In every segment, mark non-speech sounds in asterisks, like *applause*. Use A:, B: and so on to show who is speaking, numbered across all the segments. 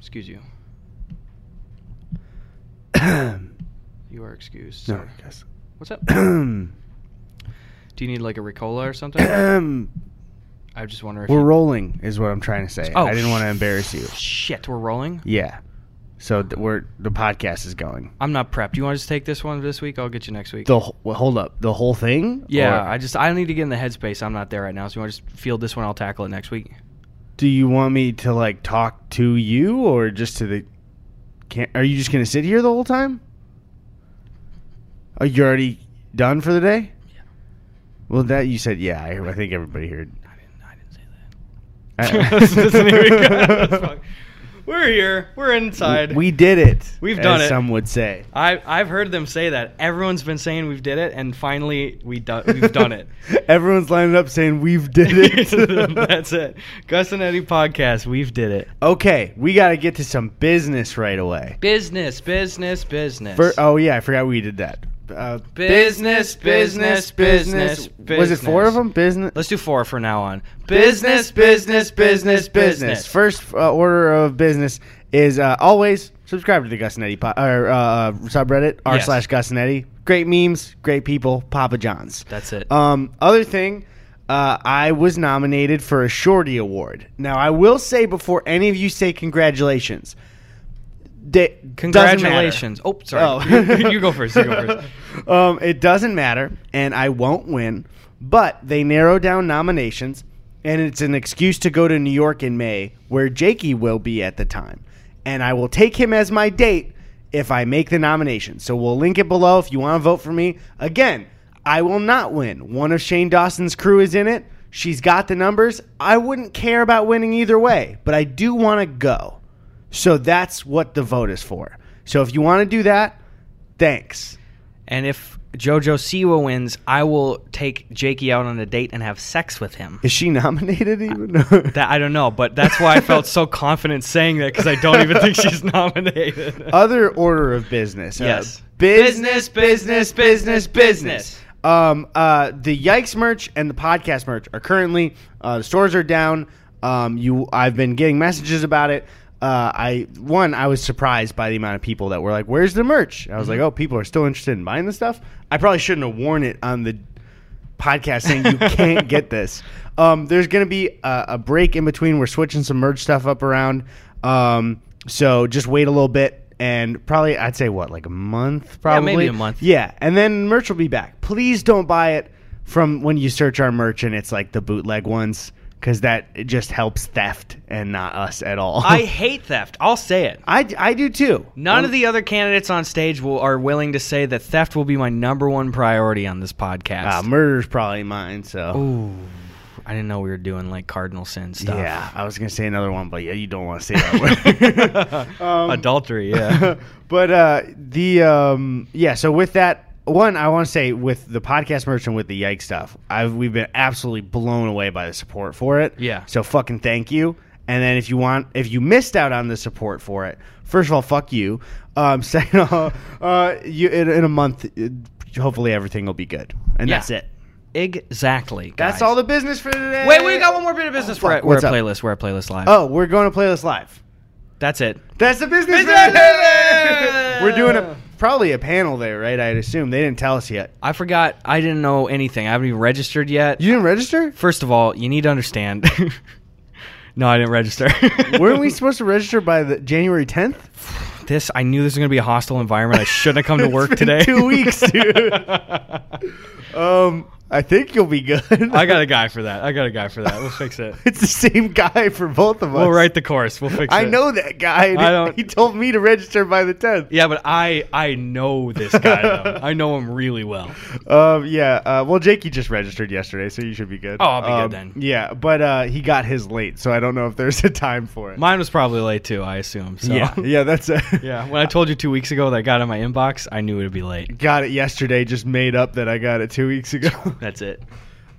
A: Excuse you.
B: *coughs*
A: you are excused.
B: No,
A: Sorry.
B: yes.
A: What's up? Do you need like a Ricola or something? I just wonder if
B: *coughs* We're
A: you-
B: rolling, is what I'm trying to say.
A: Oh,
B: I didn't want to embarrass you.
A: Shit, we're rolling.
B: Yeah. So th- we're the podcast is going.
A: I'm not prepped. You want to just take this one this week? I'll get you next week.
B: The wh- well, hold up, the whole thing.
A: yeah,
B: Or
A: I just I need to get in the headspace. I'm not there right now. So you want to just field this one? I'll tackle it next week.
B: do you want me to like talk to you or just to the? Can not Are you just gonna sit here the whole time? Are you already done for the day?
A: Yeah.
B: Well, that you said. Yeah, I, I think
A: *laughs*
B: everybody *laughs* heard.
A: I didn't. I didn't say that. *laughs*
B: I-
A: Here we go. *laughs* That's fine. We're here. We're inside.
B: We did it.
A: We've
B: as
A: done it.
B: Some would say.
A: I I've heard them say that. Everyone's been saying we've did it, and finally we do, we've done
B: *laughs*
A: it. *laughs*
B: Everyone's lining up saying we've did it.
A: That's it. Gus and Eddie podcast. We've did it.
B: *laughs* Okay, we got to get to some business right away.
A: Business, business, business.
B: For, oh yeah, I forgot we did that. Uh,
A: Business, business, business,
B: Was it four of
A: business.
B: them? Business.
A: Let's do four from now on.
B: First uh, order of business is uh, always subscribe to the Gussinetti po- or uh, subreddit r
A: Yes.
B: slash Gussinetti. Great memes, great people. Papa John's.
A: That's it.
B: Um, other thing, uh, I was nominated for a Shorty Award. Now, I will say before any of you say congratulations, they,
A: Congratulations. Oh, sorry.
B: Oh.
A: *laughs* you, you go first. You go *laughs* first.
B: doesn't matter. *laughs* um, it doesn't matter, and I won't win. But they narrow down nominations, and it's an excuse to go to New York in May, where Jakey will be at the time, and I will take him as my date if I make the nomination. So we'll link it below if you want to vote for me. Again, I will not win. One of Shane Dawson's crew is in it. She's got the numbers. I wouldn't care about winning either way, but I do want to go. So that's what the vote is for. So if you want to do that, thanks.
A: And if JoJo Siwa wins, I will take Jakey out on a date and have sex with him.
B: Is she *laughs* nominated even?
A: That I don't know, but that's why I felt *laughs* so confident saying that because I don't even think *laughs* she's nominated.
B: Other order of business. Uh,
A: Yes.
B: business, business, business, business. Um, uh, the Yikes merch and the podcast merch are currently uh, the stores are down. Um, you, I've been getting messages about it. Uh, I one, I was surprised by the amount of people that were like, "Where's the merch?" I was
A: Mm-hmm.
B: like, "Oh, people are still interested in buying this stuff." I probably shouldn't have worn it on the podcast saying
A: *laughs*
B: you can't get this. Um, there's going to be a, a break in between. We're switching some merge stuff up around. Um, so just wait a little bit. And probably, I'd say what, like a month, probably?
A: maybe a month.
B: Yeah. And then merch will be back. Please don't buy it from when you search our merch and it's like the bootleg ones because that it just helps theft and not us at all.
A: *laughs* I hate theft. I'll say it.
B: *laughs* I, I do too.
A: None of the other candidates on stage will, are willing to say that theft will be my number one priority on this podcast.
B: Uh, murder's probably mine. So,
A: Ooh, I didn't know we were doing like cardinal sin stuff.
B: yeah, I was going to say another one, but yeah, you don't want to say that word.
A: Um, Adultery, *laughs* yeah.
B: but uh, the um, yeah. So with that one, I want to say with the podcast merch and with the Yike stuff, I've we've been absolutely blown away by the support for it.
A: Yeah.
B: So fucking thank you. And then if you want, if you missed out on the support for it, first of all, fuck you. Um, *laughs* second of all, uh, you in, in a month, uh, hopefully everything will be good, and
A: Yeah.
B: that's it.
A: exactly.
B: That's
A: guys.
B: all the business for today.
A: Wait, we got one more bit of business. we're at, we're at
B: What's up?
A: playlist. We're at playlist live.
B: Oh, we're going to playlist live.
A: That's it.
B: That's the business.
A: Business
B: for today.
A: business.
B: *laughs* We're doing a probably a panel there, right? I'd assume they didn't tell us yet.
A: I forgot. I didn't know anything. I haven't even registered yet.
B: You didn't register?
A: First of all, you need to understand. *laughs* no, I didn't register.
B: Weren't we supposed to register by the January
A: *laughs*
B: 10th?
A: this? I knew this was going to be a hostile environment. I shouldn't have come to
B: It's
A: work
B: been
A: today.
B: Two weeks,
A: *laughs*
B: dude. um, I think you'll be good.
A: I got a guy for that. I got a guy for that. We'll fix it.
B: *laughs* It's the same guy for both of us.
A: We'll write the course. We'll fix it.
B: I know that guy. and
A: I
B: he-
A: don't-
B: He told me to register by the 10th.
A: Yeah, but I I know this guy
B: *laughs*
A: though. I know him really well.
B: Um, yeah. Uh, well, Jakey just registered yesterday, so you should be good.
A: Oh, I'll be good
B: Um,
A: then.
B: Yeah, but uh, he got his late, so I don't know if there's a time for it.
A: Mine was probably late too. I assume. So.
B: yeah, *laughs* yeah, that's
A: *laughs*
B: it. *laughs*
A: Yeah, when I told you two weeks ago that I got in my inbox, I knew it'd be late.
B: Got it yesterday. Just made up that I got it two weeks ago. *laughs*
A: That's it.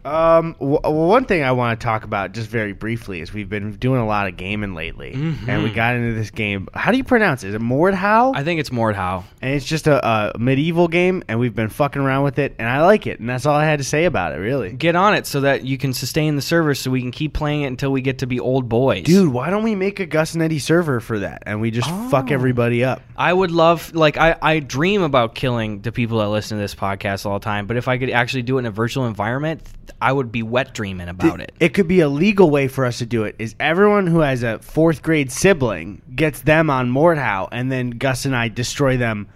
B: Um, w- one thing I want to talk about just very briefly is we've been doing a lot of gaming lately, and we
A: Mhm.
B: got into this game. How do you pronounce it? Is it Mordhau?
A: I think it's Mordhau.
B: and it's just a, a medieval game, and we've been fucking around with it, and I like it, and that's all I had to say about it, really.
A: Get on it so that you can sustain the server so we can keep playing it until we get to be old boys.
B: Dude, why don't we make a Gus and Eddie server for that, and we just fuck
A: Oh.
B: everybody up?
A: I would love, like, I, I dream about killing the people that listen to this podcast all the time, but if I could actually do it in a virtual environment, I would be wet dreaming about it.
B: It could be a legal way for us to do it. Is everyone who has a fourth grade sibling gets them on Mordhau, and then Gus and I destroy them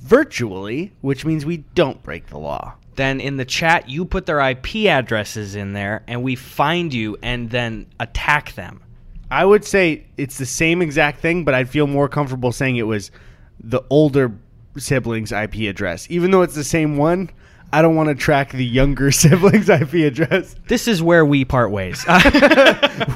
B: virtually, which means we don't break the law.
A: Then in the chat, you put their IP addresses in there and we find you and then attack them.
B: I would say it's the same exact thing, but I'd feel more comfortable saying it was the older sibling's IP address, even though it's the same one. I don't want to track the younger *laughs* sibling's IP address.
A: This is where we part ways. *laughs*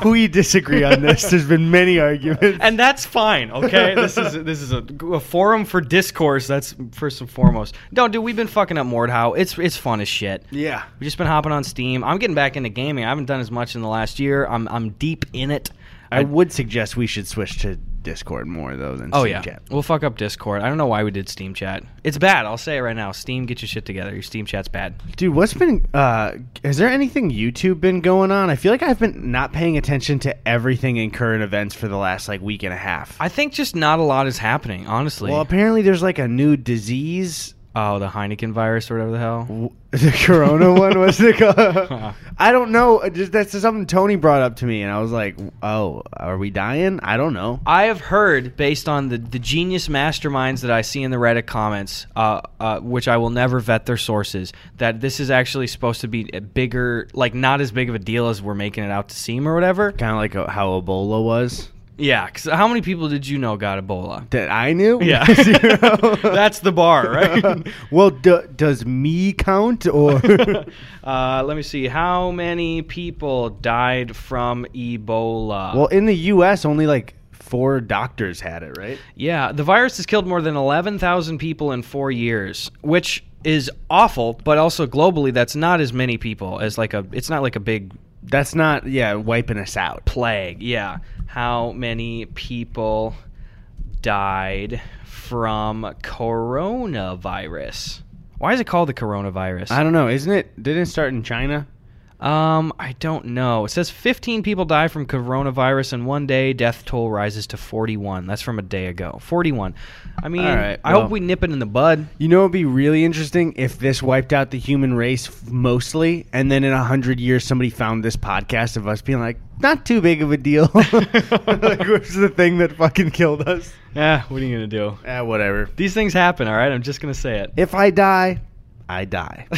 B: we disagree on this. There's been many arguments.
A: and that's fine.
B: *laughs*
A: Okay, this is this is a, a forum for discourse. That's first and foremost. No, dude, we've been fucking up Mordhau. It's it's fun as shit.
B: Yeah.
A: We've just been hopping on Steam. I'm getting back into gaming. I haven't done as much in the last year. I'm I'm deep in it.
B: I would suggest we should switch to Discord more though than
A: oh
B: Steam
A: yeah,
B: Chat.
A: we'll fuck up Discord. I don't know why we did Steam chat. It's bad. I'll say it right now. Steam, get your shit together. Your Steam chat's bad.
B: Dude, what's been uh has there anything YouTube been going on? I feel like I've been not paying attention to everything in current events for the last like week and a half.
A: I think just not a lot is happening. Honestly.
B: well, apparently there's like a new disease.
A: oh, the Heineken virus or whatever the hell.
B: W- *laughs* The corona one was the co- I don't know. It Just, that's just something Tony brought up to me and I was like, "Oh, are we dying? I don't know."
A: I have heard, based on the, the genius masterminds that I see in the Reddit comments, uh, uh, which I will never vet their sources, that this is actually supposed to be a bigger, like not as big of a deal as we're making it out to seem or whatever.
B: Kind of like uh, how Ebola was
A: Yeah, 'cause how many people did you know got Ebola?
B: that I knew. *laughs* Zero.
A: *laughs* that's the bar, right? *laughs*
B: *laughs* well, d- does me count or *laughs*
A: uh, let me see. How many people died from Ebola?
B: Well, in the U.S., only like four doctors had it, right?
A: Yeah, the virus has killed more than 11,000 people in four years, which is awful, but also globally, that's not as many people as like a, it's not like a big
B: That's not, yeah, wiping us out.
A: plague. Yeah. How many people died from coronavirus? Why is it called the coronavirus?
B: I don't know. Isn't it? Didn't it start in China?
A: um, I don't know. It says 15 people die from coronavirus in one day. Death toll rises to 41. That's from a day ago. 41. I mean,
B: All right,
A: I
B: well-
A: hope we nip it in the bud.
B: You know, it'd be really interesting if this wiped out the human race f- mostly, and then in a hundred years, somebody found this podcast of us being like, "Not too big of a deal." *laughs* like, what's the thing that fucking killed us?
A: Yeah, Eh, what are you gonna do?
B: Ah, whatever.
A: These things happen, all right. I'm just gonna say it.
B: If I die, I die. *laughs*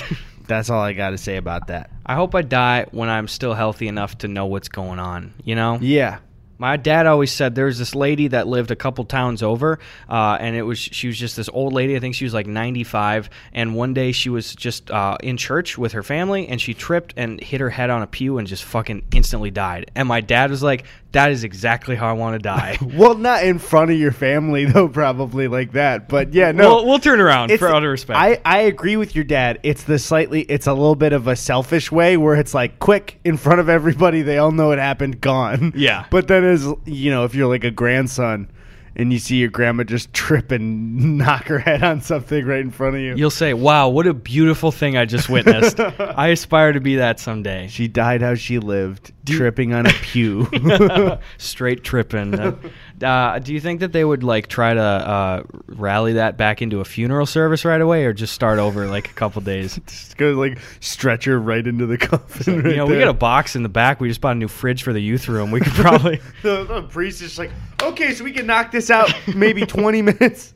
B: That's all I got to say about that.
A: I hope I die when I'm still healthy enough to know what's going on. You know,
B: Yeah.
A: my dad always said there's this lady that lived a couple towns over, uh, and it was she was just this old lady. I think she was like 95, and one day she was just uh, in church with her family, and she tripped and hit her head on a pew and just fucking instantly died. And my dad was like, "That is exactly how I want to
B: *laughs*
A: die."
B: Well, not in front of your family though, probably like that. But yeah, no.
A: we'll, we'll turn around
B: It's-
A: for all due respect.
B: I, I agree with your dad. It's the slightly, it's a little bit of a selfish way where it's like quick in front of everybody. They all know it happened, gone.
A: Yeah.
B: But then, as you know, if you're like a grandson and you see your grandma just trip and *laughs* knock her head on something right in front of you,
A: You'll say, "Wow, what a beautiful thing I just
B: *laughs*
A: witnessed! I aspire to be that someday." *laughs*
B: she died how she lived, tripping on a pew. *laughs*
A: Straight tripping. Uh, do you think that they would like try to uh, rally that back into a funeral service right away, or just start over like a couple
B: *laughs*
A: days?
B: just goes like stretcher right into the coffin. right
A: you know, we
B: there.
A: got a box in the back. We just bought a new fridge for the youth room. We could
B: *laughs*
A: probably.
B: the, the priest is just like, okay, so we can knock this out maybe 20 *laughs* minutes.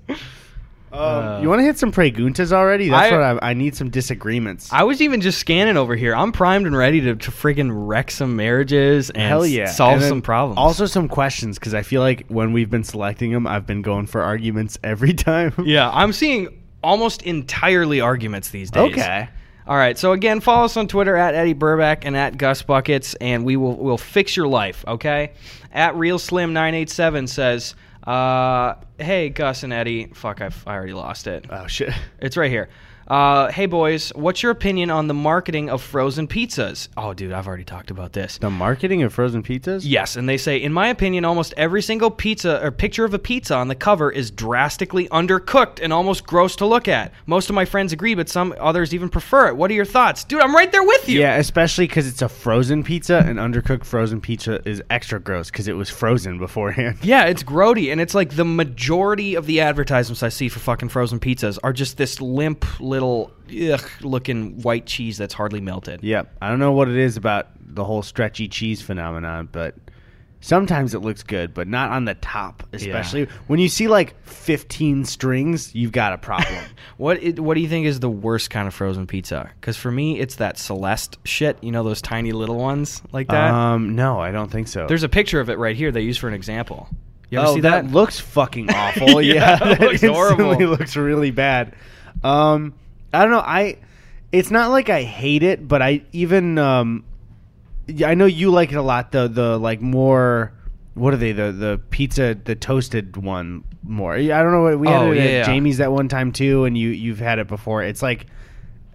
B: Um,
A: Uh,
B: you want to hit some preguntas already? That's
A: I-
B: what I, I need some disagreements.
A: I was even just scanning over here. I'm primed and ready to, to friggin' wreck some marriages and
B: Hell yeah!
A: solve
B: And then
A: some problems.
B: Also, some questions because I feel like when we've been selecting them, I've been going for arguments every *laughs* time.
A: Yeah, I'm seeing almost entirely arguments these days.
B: Okay.
A: All right. So again, follow us on Twitter at Eddie Burback and at Gus Buckets, and we will will fix your life. Okay. At Real Slim nine eight seven says, uh, "Hey Gus and Eddie, fuck, I've, I already lost it.
B: Oh shit!
A: It's right here. Uh, hey boys, what's your opinion on the marketing of frozen pizzas? Oh, dude, I've already talked about this.
B: The marketing of frozen pizzas?
A: Yes, and they say, in my opinion, almost every single pizza or picture of a pizza on the cover is drastically undercooked and almost gross to look at. Most of my friends agree, but some others even prefer it. What are your thoughts, dude? I'm right there with you.
B: Yeah, especially because it's a frozen pizza, and undercooked frozen pizza is extra gross because it was frozen beforehand.
A: Yeah, it's grody, and it's like the majority of the advertisements I see for fucking frozen pizzas are just this limp little ugh, looking white cheese that's hardly melted.
B: Yep. I don't know what it is about the whole stretchy cheese phenomenon, but sometimes it looks good, but not on the top, especially when you see like 15 strings, you've got a problem.
A: What i- what do you think is the worst kind of frozen pizza? Because for me, it's that Celeste shit. You know those tiny little ones like that.
B: um, no, I don't think so.
A: There's a picture of it right here they use for an example. You ever
B: oh,
A: see that?
B: that?
A: *laughs*
B: looks fucking awful.
A: Yeah,
B: yeah,
A: that looks
B: instantly
A: horrible.
B: *laughs* Looks really bad. Um, I don't know. I it's not like I hate it, but I even um, yeah, I know you like it a lot. The the like more what are they? The the pizza the toasted one more. Yeah, I don't know what we had
A: Oh,
B: it
A: yeah, yeah.
B: at Jamie's that one time too, and you you've had it before. It's like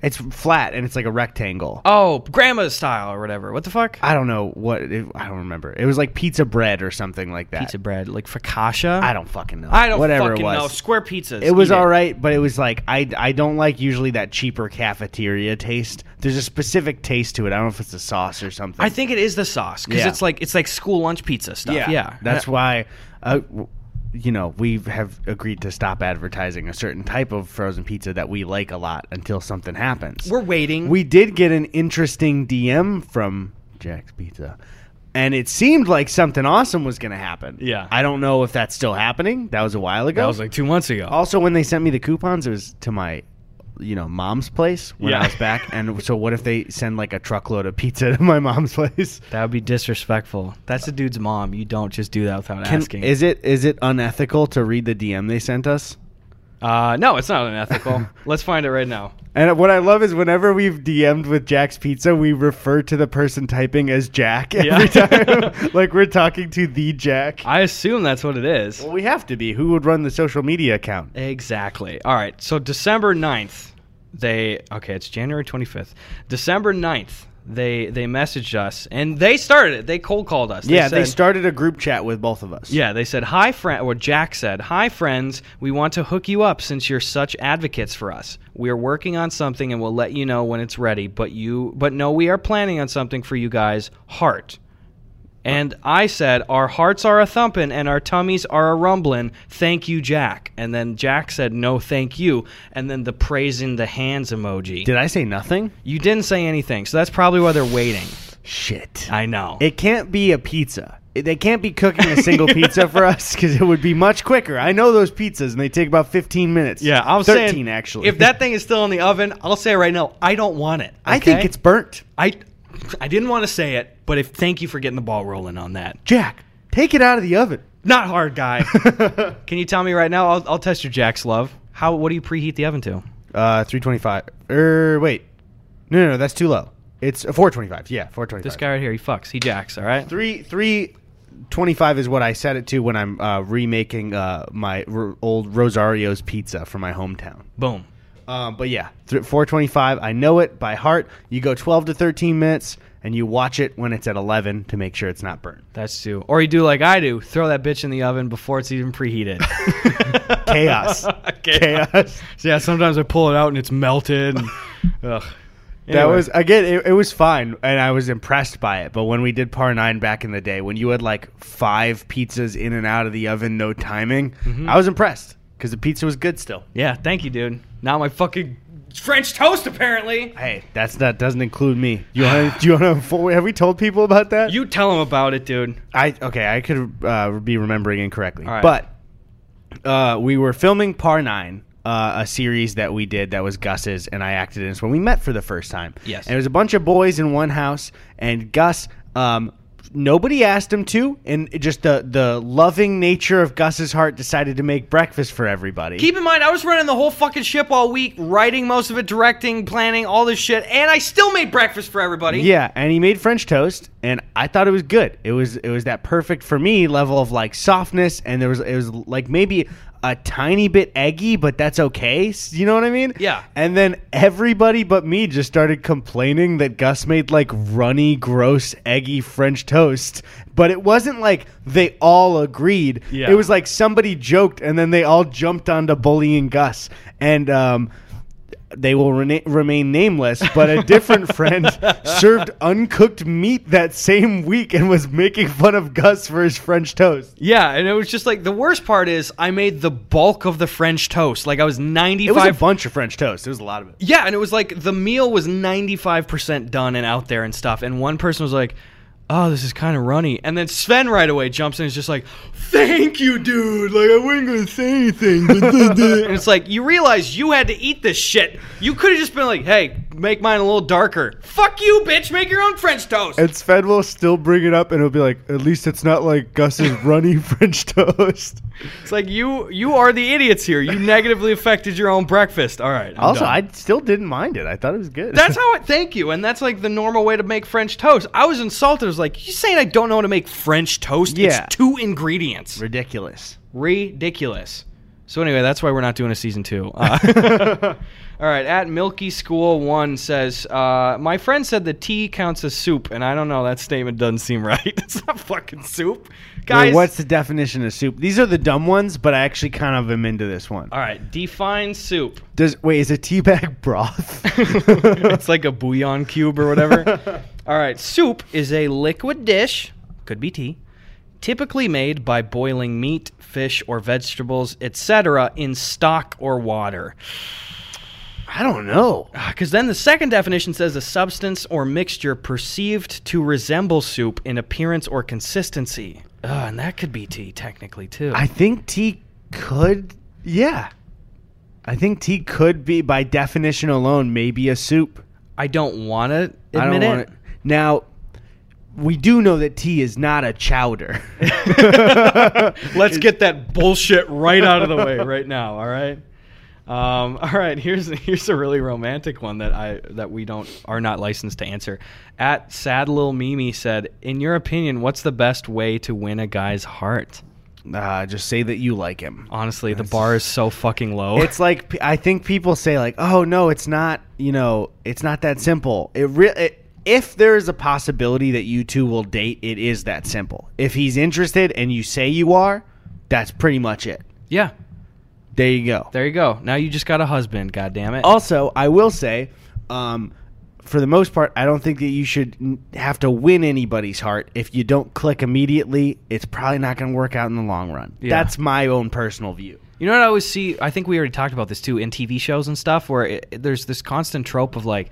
B: it's flat and it's like a rectangle.
A: oh, grandma's style or whatever. What the fuck?
B: I don't know what it, I don't remember. It was like pizza bread or something like that.
A: Pizza bread, like focaccia.
B: I don't fucking know.
A: I don't
B: whatever
A: fucking
B: it was.
A: know. Square pizzas.
B: It was
A: Eat
B: all right, but it was like I I don't like usually that cheaper cafeteria taste. There's a specific taste to it. I don't know if it's a sauce or something.
A: I think it is the sauce because
B: Yeah.
A: it's like it's like school lunch pizza stuff. Yeah,
B: That's why, uh, w- you know, we have agreed to stop advertising a certain type of frozen pizza that we like a lot until something happens.
A: we're waiting.
B: We did get an interesting DM from Jack's Pizza. And it seemed like something awesome was going to happen.
A: Yeah.
B: I don't know if that's still happening. That was a while ago.
A: that was like two months ago.
B: Also, when they sent me the coupons, it was to my, you know, mom's place when
A: Yeah.
B: I was back. And *laughs* so, what if they send like a truckload of pizza *laughs* to my mom's place?
A: that would be disrespectful. That's a dude's mom. You don't just do that without
B: Can-
A: asking.
B: is it is it unethical to read the DM they sent us?
A: uh, no, it's not
B: *laughs*
A: unethical. Let's find it right now.
B: And what I love is whenever we've DM'd with Jack's Pizza, we refer to the person typing as Jack every *laughs*
A: Yeah.
B: time, like we're talking to the Jack.
A: I assume that's what it is.
B: well, we have to be. Who would run the social media account?
A: Exactly. All right. So December 9th, they okay, it's January 25th. December 9th, they they messaged us and they started it. They cold called us.
B: yeah, they
A: said-
B: started a group chat with both of us.
A: Yeah, they said, "Hi friend," or Jack said, "Hi friends, we want to hook you up since you're such advocates for us. We are working on something and we'll let you know when it's ready, but you but no, we are planning on something for you guys. Heart." And I said, Our hearts are a thumping and our tummies are a rumbling. Thank you, Jack. And then Jack said, No, thank you. And then the praise in the hands emoji.
B: Did I say nothing?
A: you didn't say anything, so that's probably why they're waiting.
B: Shit.
A: I know.
B: It can't be a pizza. It- They can't be cooking a *laughs* single pizza for us because it would be much quicker. I know those pizzas and they take about 15 minutes.
A: yeah, I'm
B: 13
A: saying
B: actually.
A: If that thing is still in the oven, I'll say right now, I don't want it.
B: *laughs* I think
A: okay?
B: it's burnt.
A: I I didn't want to say it, but if thank you for getting the ball rolling on that.
B: Jack, take it out of the oven.
A: Not hard, guy. Can you tell me right now? I'll, I'll test your Jack's love. How? What do you preheat the oven to?
B: *laughs* Uh, 325. Er, wait. No, no, no, that's too low. It's uh, 425. Yeah, 425.
A: This guy right here, he fucks. He jacks. All right.
B: Three, 325 is what I set it to when I'm uh, remaking uh, my r- old Rosario's pizza from my hometown.
A: Boom.
B: Um, but yeah, th- 425. I know it by heart. You go 12 to 13 minutes, and you watch it when it's at 11 to make sure it's not burnt.
A: That's two. Or you do like I do, throw that bitch in the oven before it's even
B: *laughs*
A: preheated.
B: Chaos. Chaos.
A: So, *laughs* yeah, sometimes I pull it out and it's melted.
B: *laughs*
A: And, ugh.
B: That
A: Anyway.
B: was again. It, it was fine, and I was impressed by it. But when we did par nine back in the day, when you had like five pizzas in and out of the oven, no timing, I was impressed because the pizza was good still.
A: Yeah, thank you, dude. Now my fucking French toast apparently.
B: Hey, that's that doesn't include me. You want? do you want to? *laughs* Have we told people about that?
A: You tell him about it, dude.
B: I okay, I could uh, be remembering incorrectly,
A: All right.
B: but uh, we were filming Par Nine, uh, a series that we did that was Gus's, and I acted in this when we met for the first time.
A: Yes.
B: and it was a bunch of boys in one house, and Gus. Um, Nobody asked him to, and it just the the loving nature of Gus's heart decided to make breakfast for everybody.
A: Keep in mind, I was running the whole fucking ship all week, writing most of it, directing, planning, all this shit, and I still made breakfast for everybody.
B: Yeah, and he made French toast, and I thought it was good. It was it was that perfect for me level of like softness, and there was it was like maybe a tiny bit eggy, but that's okay. S- You know what I mean?
A: Yeah.
B: And then everybody but me just started complaining that Gus made like runny, gross, eggy French toast. But it wasn't like they all agreed.
A: Yeah.
B: It was like somebody joked and then they all jumped onto bullying Gus. And um, they will rena- remain nameless, but a
A: *laughs*
B: different friend served uncooked meat that same week and was making fun of Gus for his French toast.
A: Yeah, and it was just like the worst part is I made the bulk of the French toast. Like I was ninety
B: It was a
A: five.
B: bunch of French toast. It was a lot of it.
A: yeah, and it was like the meal was ninety five percent done and out there and stuff. And one person was like, "Oh, this is kind of runny," and then Sven right away jumps in and is just like, "Thank you, dude." Like I wasn't gonna say anything,
B: *laughs*
A: but duh, duh." and it's like you realize you had to eat this shit. You could have just been like, "Hey, make mine a little darker." Fuck you, bitch. Make your own French toast.
B: And Sven will still bring it up and it'll be like, at least it's not
A: *laughs*
B: like Gus's runny French toast.
A: It's like you you are the idiots here. You negatively affected your own breakfast. All right. I'm
B: Also,
A: done.
B: I still didn't mind it. I thought it was good. *laughs*
A: That's how I thank you, and that's like the normal way to make French toast. I was insulted. I was like, "You saying I don't know how to make French toast?
B: Yeah.
A: It's two ingredients. *laughs*
B: ridiculous.
A: Ridiculous." So anyway, that's why we're not doing a season two. Uh, *laughs* all right, at Milky School One says, uh, "My friend said the tea counts as soup, and I don't know. That statement doesn't seem right. *laughs* it's not fucking soup, guys.
B: what's the definition of soup? These are the dumb ones, but I actually kind of am into this one.
A: all right, define soup."
B: Does wait, is a tea bag *laughs* broth?
A: *laughs* it's like a bouillon cube or whatever. All right, soup is a liquid dish, could be tea, typically made by boiling meat, fish, or vegetables, etc., in stock or water.
B: *laughs* I don't know.
A: Because Ah, then the second definition says a substance or mixture perceived to resemble soup in appearance or consistency. Ugh, and that could be tea, technically, too.
B: I think tea could, yeah. I think tea could be, by definition alone, maybe a soup.
A: I don't want to admit
B: I don't
A: it.
B: want it. Now, we do know that tea is not a
A: *laughs*
B: chowder.
A: *laughs*
B: *laughs*
A: Let's get that bullshit right out of the way right now. All right. Um, *laughs* all right. Here's here's a really romantic one that I that we don't are not licensed to answer. At sad little Mimi said, "In your opinion, what's the best way to win a guy's heart?"
B: Uh, just say that you like him.
A: Honestly, the bar is so fucking low.
B: It's like p- I think people say like, "Oh no, it's not. You know, it's not that simple." It really. If there is a possibility that you two will date, it is that simple. If he's interested and you say you are, that's pretty much it.
A: yeah.
B: There you go.
A: There you go. Now you just got a husband. God damn it.
B: Also, I will say, um, for the most part, I don't think that you should n- have to win anybody's heart. If you don't click immediately, it's probably not going to work out in the long run.
A: Yeah.
B: That's my own personal view.
A: You know what I always see? I think we already talked about this too in TV shows and stuff, where it, it- there's this constant trope of like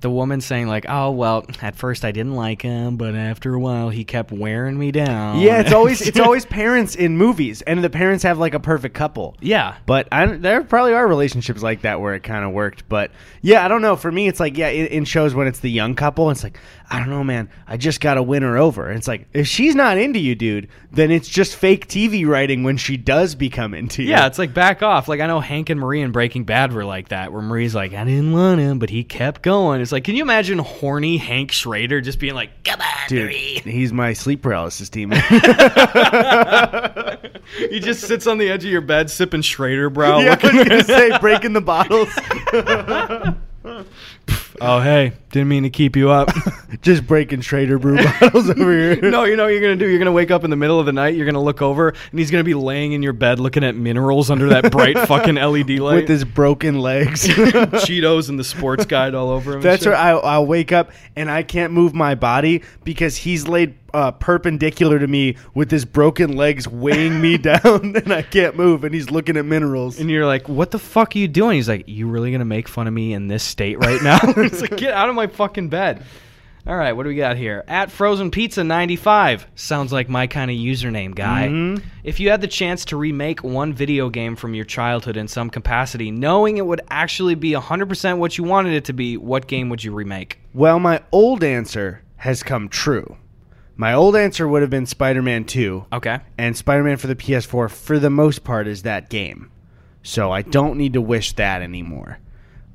A: the woman saying like, "Oh well, at first I didn't like him, but after a while he kept wearing me down."
B: Yeah, it's always
A: *laughs*
B: it's always parents in movies, and the parents have like a perfect couple.
A: yeah.
B: But I, don't- there probably are relationships like that where it kind of worked. But yeah, I don't know. For me, it's like yeah, in, in shows when it's the young couple, it's like I don't know, man. I just got to win her over. And it's like if she's not into you, dude, then it's just fake TV writing when she does become into you.
A: Yeah, it's like back off. Like I know Hank and Marie in Breaking Bad were like that, where Marie's like, "I didn't want him, but he kept going." It's like, can you imagine horny Hank Schrader just being like, "Come on,
B: dude,
A: Marie." *laughs*
B: he's my sleep paralysis team.
A: he just sits on the edge of your bed sipping Schrader brow.
B: *laughs* yeah, I
A: looking-
B: was gonna say breaking
A: *laughs*
B: the bottles.
A: oh hey, didn't mean to keep you up.
B: just breaking Trader Brew bottles over here.
A: *laughs* No, you know what you're gonna do. You're gonna wake up in the middle of the night. You're gonna look over, and he's gonna be laying in your bed looking at minerals under that bright *laughs* fucking LED light.
B: *laughs* With his broken
A: *laughs*
B: legs.
A: Cheetos and the sports guide all over him.
B: That's where I, I'll wake up and I can't move my body because he's laid uh, perpendicular to me with his broken legs weighing me down *laughs* and I can't move and he's looking at minerals.
A: And you're like, "What the fuck are you doing?" He's like, "You really gonna make fun of me in this state right now?" *laughs* it's like, "Get out of my fucking bed." All right, what do we got here? At Frozen Pizza 95 sounds like my kind of username, guy.
B: Mhm.
A: If you had the chance to remake one video game from your childhood in some capacity, knowing it would actually be 100% what you wanted it to be, what game would you remake?
B: Well, my old answer has come true. My old answer would have been Spider Man 2,
A: Okay.
B: and Spider Man for the PS4, for the most part, is that game. So I don't need to wish that anymore.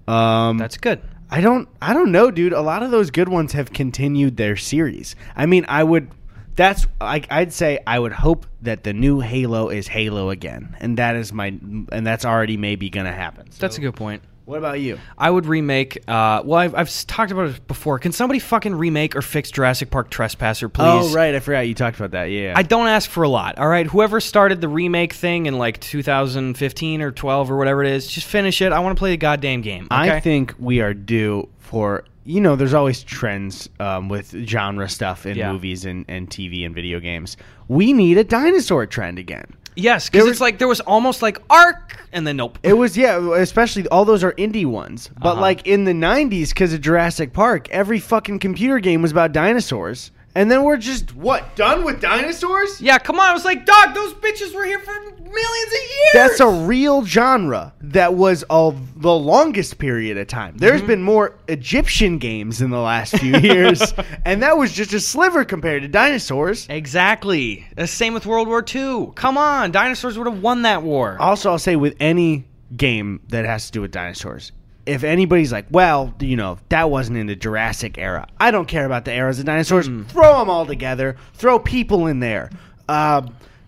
B: Um,
A: That's good.
B: I don't I don't know, dude. A lot of those good ones have continued their series. I mean, I would that's like I'd say I would hope that the new Halo is Halo again, and that is my and that's already maybe gonna happen. So,
A: That's a good point.
B: What about you?
A: I would remake. Uh, well, I've, I've s- talked about it before. Can somebody fucking remake or fix Jurassic Park Trespasser, please?
B: Oh right, I forgot you talked about that. Yeah,
A: I don't ask for a lot. All right, whoever started the remake thing in like 2015 or 12 or whatever it is, just finish it. I want to play the goddamn game.
B: I
A: okay?
B: think we are due for you know. There's always trends um, with genre stuff in
A: Yeah.
B: movies and, and TV and video games. We need a dinosaur trend again.
A: yes,
B: There
A: because
B: was-
A: it's like there was almost like arc, and then nope.
B: It was yeah, especially all those are indie ones. But
A: Uh-huh.
B: like in the '90s, because of Jurassic Park, every fucking computer game was about dinosaurs. And then we're just what done with dinosaurs?
A: yeah, come on. I was like, dog, those bitches were here for millions of years.
B: That's a real genre that was of the longest period of time. There's
A: Mm-hmm.
B: been more Egyptian games in the last few
A: *laughs*
B: years, and that was just a sliver compared to dinosaurs.
A: Exactly. The same with World War II. Come on, dinosaurs would have won that war.
B: Also, I'll say with any game that has to do with dinosaurs, if anybody's like, well, you know, that wasn't in the Jurassic era, I don't care about the eras of dinosaurs,
A: Hmm.
B: throw them all together, throw people in there. Uh,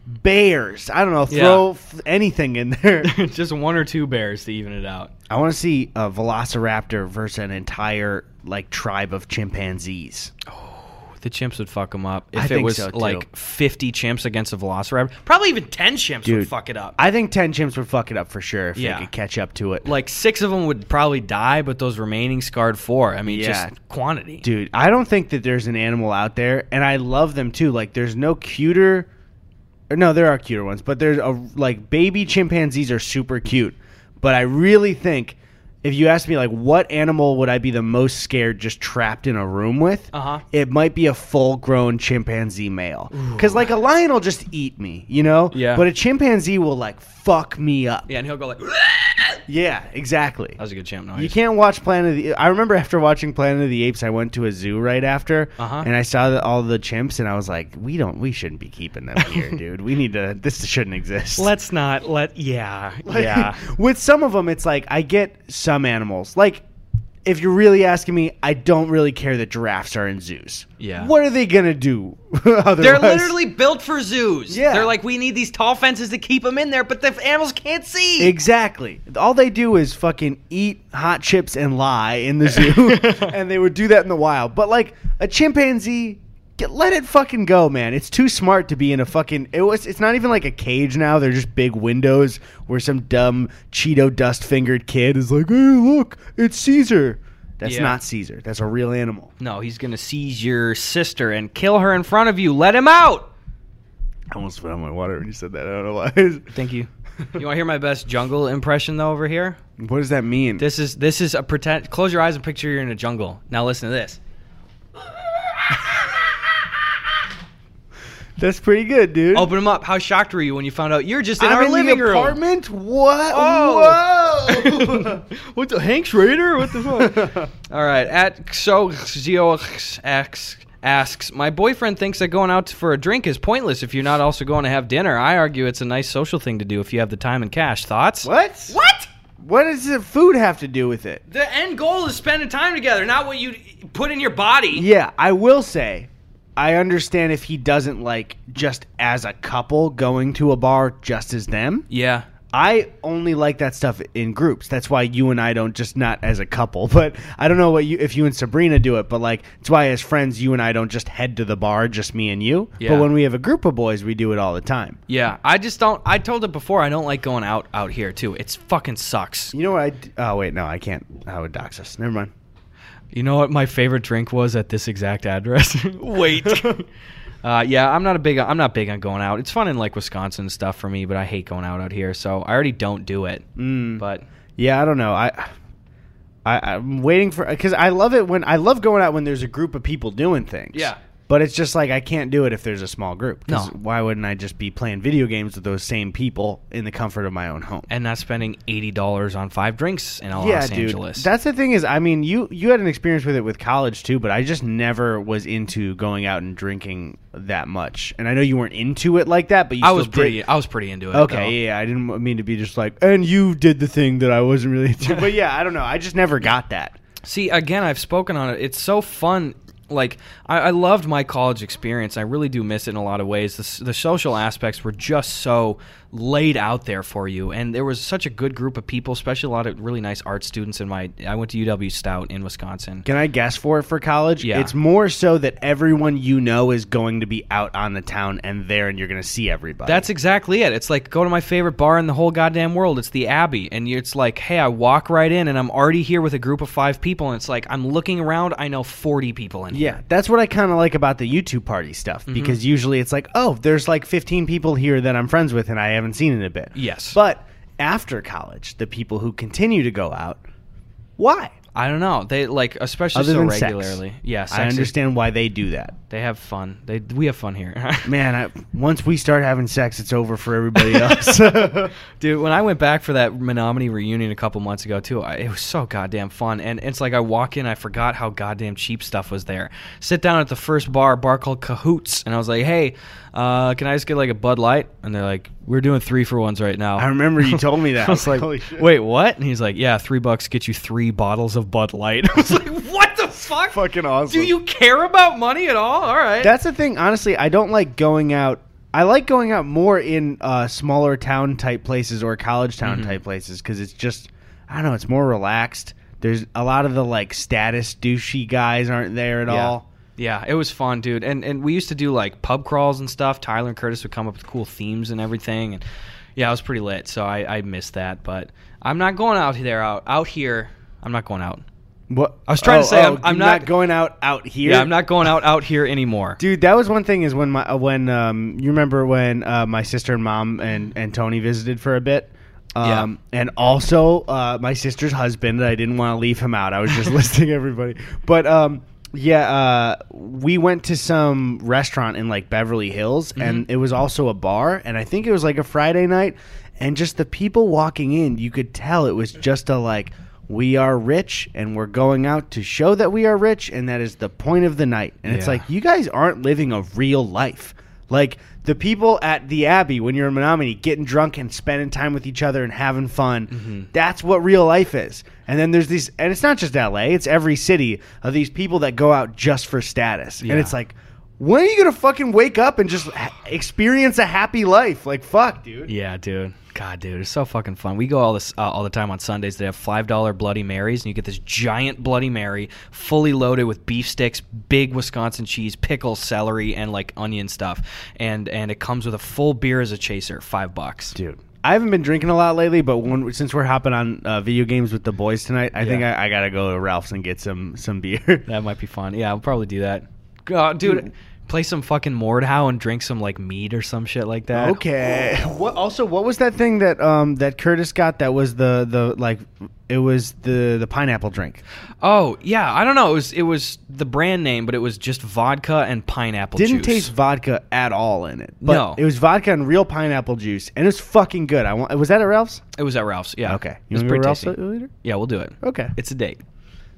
B: Bears. I don't know. Throw
A: Yeah.
B: f- anything in there. *laughs*
A: *laughs* Just one or two bears to even it out.
B: I want to see a velociraptor versus an entire like tribe of chimpanzees.
A: The chimps would fuck them up if
B: I
A: it
B: think
A: was
B: so, too.
A: like 50 chimps against a velociraptor. Probably even 10 chimps
B: Dude.
A: would fuck it up.
B: I think 10 chimps would fuck it up for sure if
A: Yeah.
B: they could catch up to it.
A: like six of them would probably die, but those remaining scarred four. I mean,
B: Yeah.
A: just quantity.
B: Dude, I don't think that there's an animal out there and I love them too. Like there's no cuter or no, there are cuter ones, but there's a like baby chimpanzees are super cute. But I really think if you ask me like what animal would I be the most scared just trapped in a room with?
A: Uh-huh.
B: It might be a full-grown chimpanzee male. Cuz like a lion will just eat me, you know?
A: Yeah.
B: But a chimpanzee will like fuck me up.
A: Yeah, and he'll go like, "Ugh."
B: Yeah, exactly.
A: that was a good chimp noise.
B: You can't watch Planet of the. I remember after watching Planet of the Apes, I went to a zoo right after,
A: Uh-huh.
B: and I saw the, all the chimps, and I was like, "We don't, we shouldn't be keeping them
A: *laughs*
B: here, dude. We need to. This shouldn't exist."
A: Let's not let. *laughs* Yeah,
B: *laughs* Like,
A: yeah.
B: With some of them, it's like I get some animals. Like, if you're really asking me, I don't really care that giraffes are in zoos.
A: Yeah.
B: *laughs* What are they gonna do? otherwise?
A: They're literally built for zoos.
B: Yeah.
A: They're like, we need these tall fences to keep them in there, but the animals can't see.
B: Exactly. All they do is fucking eat hot chips and lie in
A: *laughs*
B: the zoo, and they would do that in the wild. But like a chimpanzee, get, let it fucking go, man. It's too smart to be in a fucking. It was. It's not even like a cage now. They're just big windows where some dumb Cheeto dust fingered kid is like, "Hey, look, it's Caesar." That's
A: Yeah.
B: not Caesar. That's a real animal.
A: no, he's gonna seize your sister and kill her in front of you. Let him out.
B: I almost spit out my water when you said that. I don't know why. *laughs*
A: Thank you. *laughs* you want to hear my best jungle impression though over here?
B: what does that mean?
A: This is this is a pretend. Close your eyes and picture you're in a jungle. Now listen to this.
B: That's pretty good, dude.
A: Open them up. How shocked were you when you found out you're just in
B: I'm
A: our
B: in
A: living
B: the
A: room?
B: apartment. What?
A: Oh.
B: Whoa!
A: *laughs* What the Hank Schrader? What the fuck? All right, at Xoxiox asks- asks, my boyfriend thinks that going out for a drink is pointless if you're not also going to have dinner. I argue it's a nice social thing to do if you have the time and cash. Thoughts?
B: *laughs* What?
A: What?
B: What does the food have to do with it?
A: The end goal is spending time together, not what you put in your body.
B: Yeah, I will say, I understand if he doesn't like just as a couple going to a bar just as them.
A: Yeah.
B: I only like that stuff in groups. That's why you and I don't just not as a couple, *laughs* but I don't know what you if you and Sabrina do it, but like it's why as friends you and I don't just head to the bar just me and you.
A: Yeah.
B: But when we have a group of boys, we do it all the time.
A: Yeah. I just don't. I told it before. I don't like going out out here too. It's fucking sucks.
B: You know what I d- Oh wait, no, I can't. I would dox us. Never mind.
A: You know what my favorite drink was at this exact
B: *laughs*
A: address? Wait. *laughs* uh, yeah, I'm not a big I'm not big on going out. It's fun in like Wisconsin and stuff for me, but I hate going out out here, so I already don't do it.
B: Mm.
A: But
B: Yeah, I don't know. I, I I'm waiting for because I love it when I love going out when there's a group of people doing things.
A: Yeah.
B: But it's just like I can't do it if there's a small group. 'cause
A: No.
B: Why wouldn't I just be playing video games with those same people in the comfort of my own home?
A: and not spending eighty dollars on five drinks in all
B: yeah,
A: Los
B: dude.
A: Angeles.
B: That's the thing is, I mean, you you had an experience with it with college too, but I just never was into going out and drinking that much. And I know you weren't into it like that, but you
A: I
B: still
A: was
B: did-
A: pretty I was pretty into it. though.
B: Okay, yeah, I didn't mean to be just like, and you did the thing that I wasn't really into. but yeah, I don't know. I just never got that.
A: See, again, I've spoken on it. It's so fun like I, I loved my college experience. I really do miss it in a lot of ways. The, s- the social aspects were just so laid out there for you, and there was such a good group of people, especially a lot of really nice art students. In my, I went to UW Stout in Wisconsin.
B: Can I guess for it for college?
A: Yeah.
B: It's more so that everyone you know is going to be out on the town and there and you're going to see everybody.
A: That's exactly it. It's like go to my favorite bar in the whole goddamn world. It's the Abbey, and you- it's like, hey, I walk right in, and I'm already here with a group of five people, and it's like I'm looking around. I know forty people in here.
B: Yeah, that's what I kind of like about the YouTube party stuff because usually it's like, oh, there's like 15 people here that I'm friends with and I haven't seen in a bit.
A: Yes.
B: But after college, the people who continue to go out, why?
A: I don't know. They like, especially
B: Other
A: so
B: than sex.
A: regularly. Yeah, sex
B: I
A: is-
B: understand why they do that.
A: they have fun. They we have fun here. *laughs*
B: Man, I, once we start having sex, it's over
A: *laughs*
B: for everybody else. *laughs*
A: Dude, when I went back for that Menominee reunion a couple months ago too, I, it was so goddamn fun. And it's like I walk in, I forgot how goddamn cheap stuff was there. Sit down at the first bar, a bar called Cahoots, and I was like, "Hey, uh, can I just get like a Bud Light?" And they're like, "We're doing three for ones right now." *laughs*
B: I remember you told me that.
A: I was like,
B: Holy shit.
A: "Wait, what?" And he's like, "Yeah, three bucks get you three bottles of Bud Light." *laughs* I was like, "What the fuck?
B: Fucking awesome.
A: Do you care about money at all? All right."
B: That's the thing. Honestly, I don't like going out. I like going out more in uh, smaller town type places or college town
A: Mm-hmm.
B: type places because it's just I don't know. It's more relaxed. There's a lot of the like status douchey guys aren't there at
A: yeah.
B: all.
A: Yeah, it was fun, dude. And and we used to do like pub crawls and stuff. Tyler and Curtis would come up with cool themes and everything. And yeah, it was pretty lit. So I I missed that, but I'm not going out there out out here. I'm not going out.
B: What Oh, I
A: was trying to say, I'm- I'm not-
B: going out out here.
A: Yeah, I'm not going out out here anymore.
B: Dude, that was one thing. Is when my uh, when um you remember when uh, my sister and mom and and Tony visited for a bit.
A: Yeah.
B: Um, and also uh, my sister's husband. I didn't want to leave him out. I was
A: *laughs*
B: just listing everybody. But um, yeah, uh, we went to some restaurant in like Beverly Hills,
A: Mm-hmm.
B: and it was also a bar. And I think it was like a Friday night. And just the people walking in, you could tell it was just a like, we are rich, and we're going out to show that we are rich, and that is the point of the night. And it's
A: Yeah.
B: like you guys aren't living a real life. Like the people at the Abbey when you're in Menominee getting drunk and spending time with each other and having fun.
A: Mm-hmm.
B: That's what real life is. And then there's these and it's not just LA, it's every city of these people that go out just for status.
A: Yeah.
B: And it's like when are you going to fucking wake up and just ha- experience a happy life? Like fuck, dude.
A: Yeah, dude. God, dude, it's so fucking fun. We go all this uh, all the time on Sundays. They have five dollar Bloody Marys, and you get this giant Bloody Mary, fully loaded with beef sticks, big Wisconsin cheese, pickles, celery, and like onion stuff. And and it comes with a full beer as a chaser, five bucks.
B: Dude, I haven't been drinking a lot lately, but when, since we're hopping on uh, video games with the boys tonight, I think I, I got to go to Ralph's and get some some beer. *laughs*
A: That might be fun. Yeah, I'll probably do that. God, dude, play some fucking Mordhau and drink some like mead or some shit like that.
B: Okay. What also what was that thing that um that Curtis got that was the the like it was the the pineapple drink.
A: Oh yeah, I don't know. It was it was the brand name, but it was just vodka and pineapple.
B: Didn't
A: juice.
B: taste vodka at all in it. But
A: No.
B: It was vodka and real pineapple juice and it was fucking good. I want was that at Ralph's?
A: It was at Ralph's. Yeah.
B: Okay.
A: It
B: You
A: was
B: remember
A: pretty
B: Ralph's
A: tasty.
B: later?
A: Yeah, we'll do it.
B: Okay.
A: It's a date.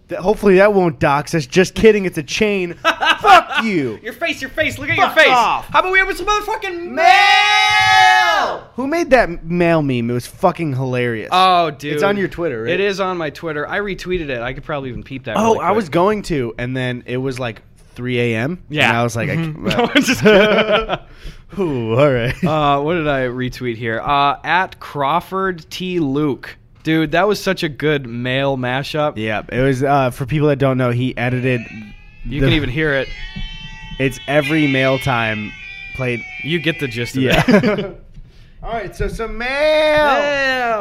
B: Th- hopefully that won't dox us. Just kidding, it's
A: *laughs*
B: a chain. Fuck you.
A: Your face, your face. Look at
B: your face.
A: How about we have some motherfucking
B: Mail! Who made that mail meme? It was fucking hilarious.
A: Oh, dude.
B: It's on your Twitter, right?
A: It is on my Twitter. I retweeted it. I could probably even peep that.
B: oh,
A: really
B: I
A: quick.
B: was going to and then it was like 3 a.m.
A: Yeah. Mm-hmm.
B: And I was
A: *laughs*
B: like, I
A: No, I'm
B: *laughs*
A: just kidding.
B: can't. Ooh, all right.
A: uh, what did I retweet here? Uh, at Crawford T. Luke. Dude, that was such a good male mashup.
B: Yeah, it was uh, for people that don't know. He edited.
A: You
B: the-
A: can even hear it.
B: It's every mail time played.
A: You get the gist of *laughs* it.
B: Yeah. *laughs*
A: *laughs*
B: All right, so some mail.
A: Mail.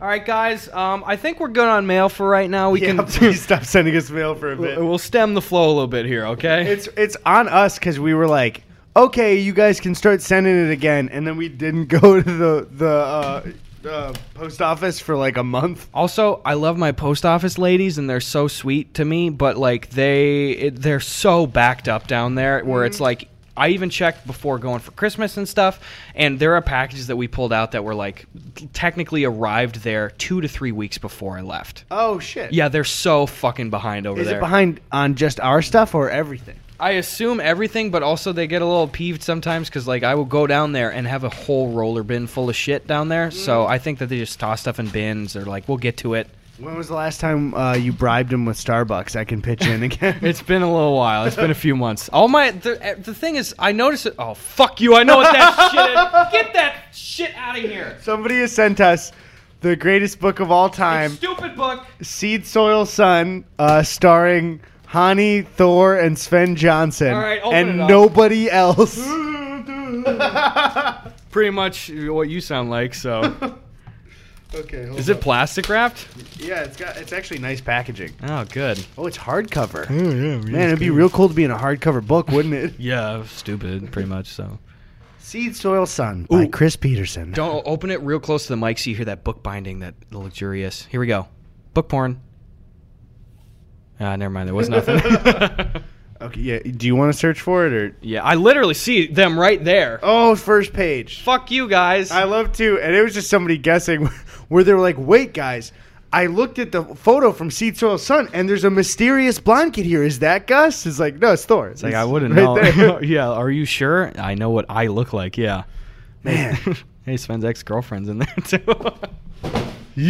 A: All right, guys. Um, I think we're good on mail for right now. We
B: Yeah, *laughs*
A: can
B: please stop sending us mail for a bit.
A: we'll stem the flow a little bit here, okay?
B: It's it's on us because we were like, okay, you guys can start sending it again, and then we didn't *laughs* go to the the uh, uh, post office for like a month.
A: Also, I love my post office ladies, and they're so sweet to me. But like they, it, they're so backed up down there, where
B: Mm-hmm.
A: it's like I even checked before going for Christmas and stuff. And there are packages that we pulled out that were like technically arrived there two to three weeks before I left.
B: Oh shit.
A: Yeah, they're so fucking behind over
B: Is
A: there.
B: it behind on just our stuff or everything?
A: I assume everything, but also they get a little peeved sometimes because like I will go down there and have a
B: Mm.
A: whole roller bin full of shit down there. So I think that they just toss stuff in bins. They're like, we'll get to it.
B: When was the last time uh, you bribed him with Starbucks? I can pitch in again.
A: *laughs* It's been a little while. It's been a few months. All my the, eh, the thing is, I noticed it. Oh fuck you! I know what that shit is. Get that shit out of here.
B: *laughs* Somebody has sent us the greatest book of all
A: *laughs*
B: time,
A: Stupid book.
B: Seed, Soil, Sun, uh, starring Hani, Thor, and Sven Johnson,
A: All right, open
B: and
A: it up. *laughs*
B: nobody else.
A: Pretty much what you sound like. So *laughs*
B: okay, hold
A: is it plastic wrapped?
B: Yeah, it's got. It's actually nice packaging.
A: Oh, good.
B: Oh, it's hardcover.
A: Oh yeah,
B: Man, it'd be real cool to be in a hardcover book, wouldn't it? *laughs*
A: Yeah, stupid. Pretty much. So
B: Seed, Soil, Sun by
A: Ooh.
B: Chris Peterson.
A: don't open it real close to the mic so you hear that book binding, that luxurious. Here we go. Book porn. Ah, never mind. There was *laughs* nothing.
B: Okay, yeah. Do you want to search for it or?
A: yeah, I literally see them right there.
B: Oh, first page.
A: Fuck you guys.
B: I love to, and it was just somebody guessing *laughs* where they were like, "Wait, guys, I looked at the photo from Seed Soil Sun, and there's a mysterious blonde kid here. Is that Gus?" It's like, "No, it's Thor." It's
A: Like I wouldn't
B: right
A: know. *laughs*
B: there.
A: yeah, are you sure? I know what I look like. Yeah.
B: *laughs* *laughs* Man,
A: Hey, Sven's ex-girlfriend's in there *laughs* too. what are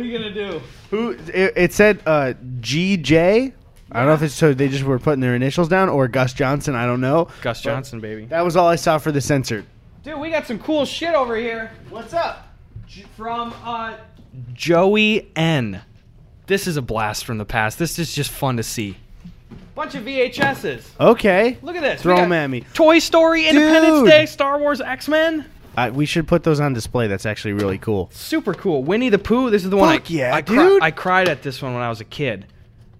A: you gonna do?
B: who? It, it said uh, GJ. I don't know if it's so they just were putting their initials down or Gus Johnson. I don't know.
A: Gus Johnson, baby.
B: That was all I saw for the censored.
A: Dude, we got some cool shit over here
B: What's up?
A: from uh, Joey N. This is a blast from the past. This is just fun to see. Bunch of VHSs.
B: Okay.
A: Look at this.
B: Throw
A: We
B: 'em
A: got
B: at me.
A: Toy Story, Independence
B: Dude.
A: Day, Star Wars, X Men.
B: Uh, we should put those on display. That's actually really cool.
A: Super cool. Winnie the Pooh. This is the one.
B: Fuck
A: I,
B: yeah,
A: I cri-
B: dude.
A: I cried at this one when I was a kid.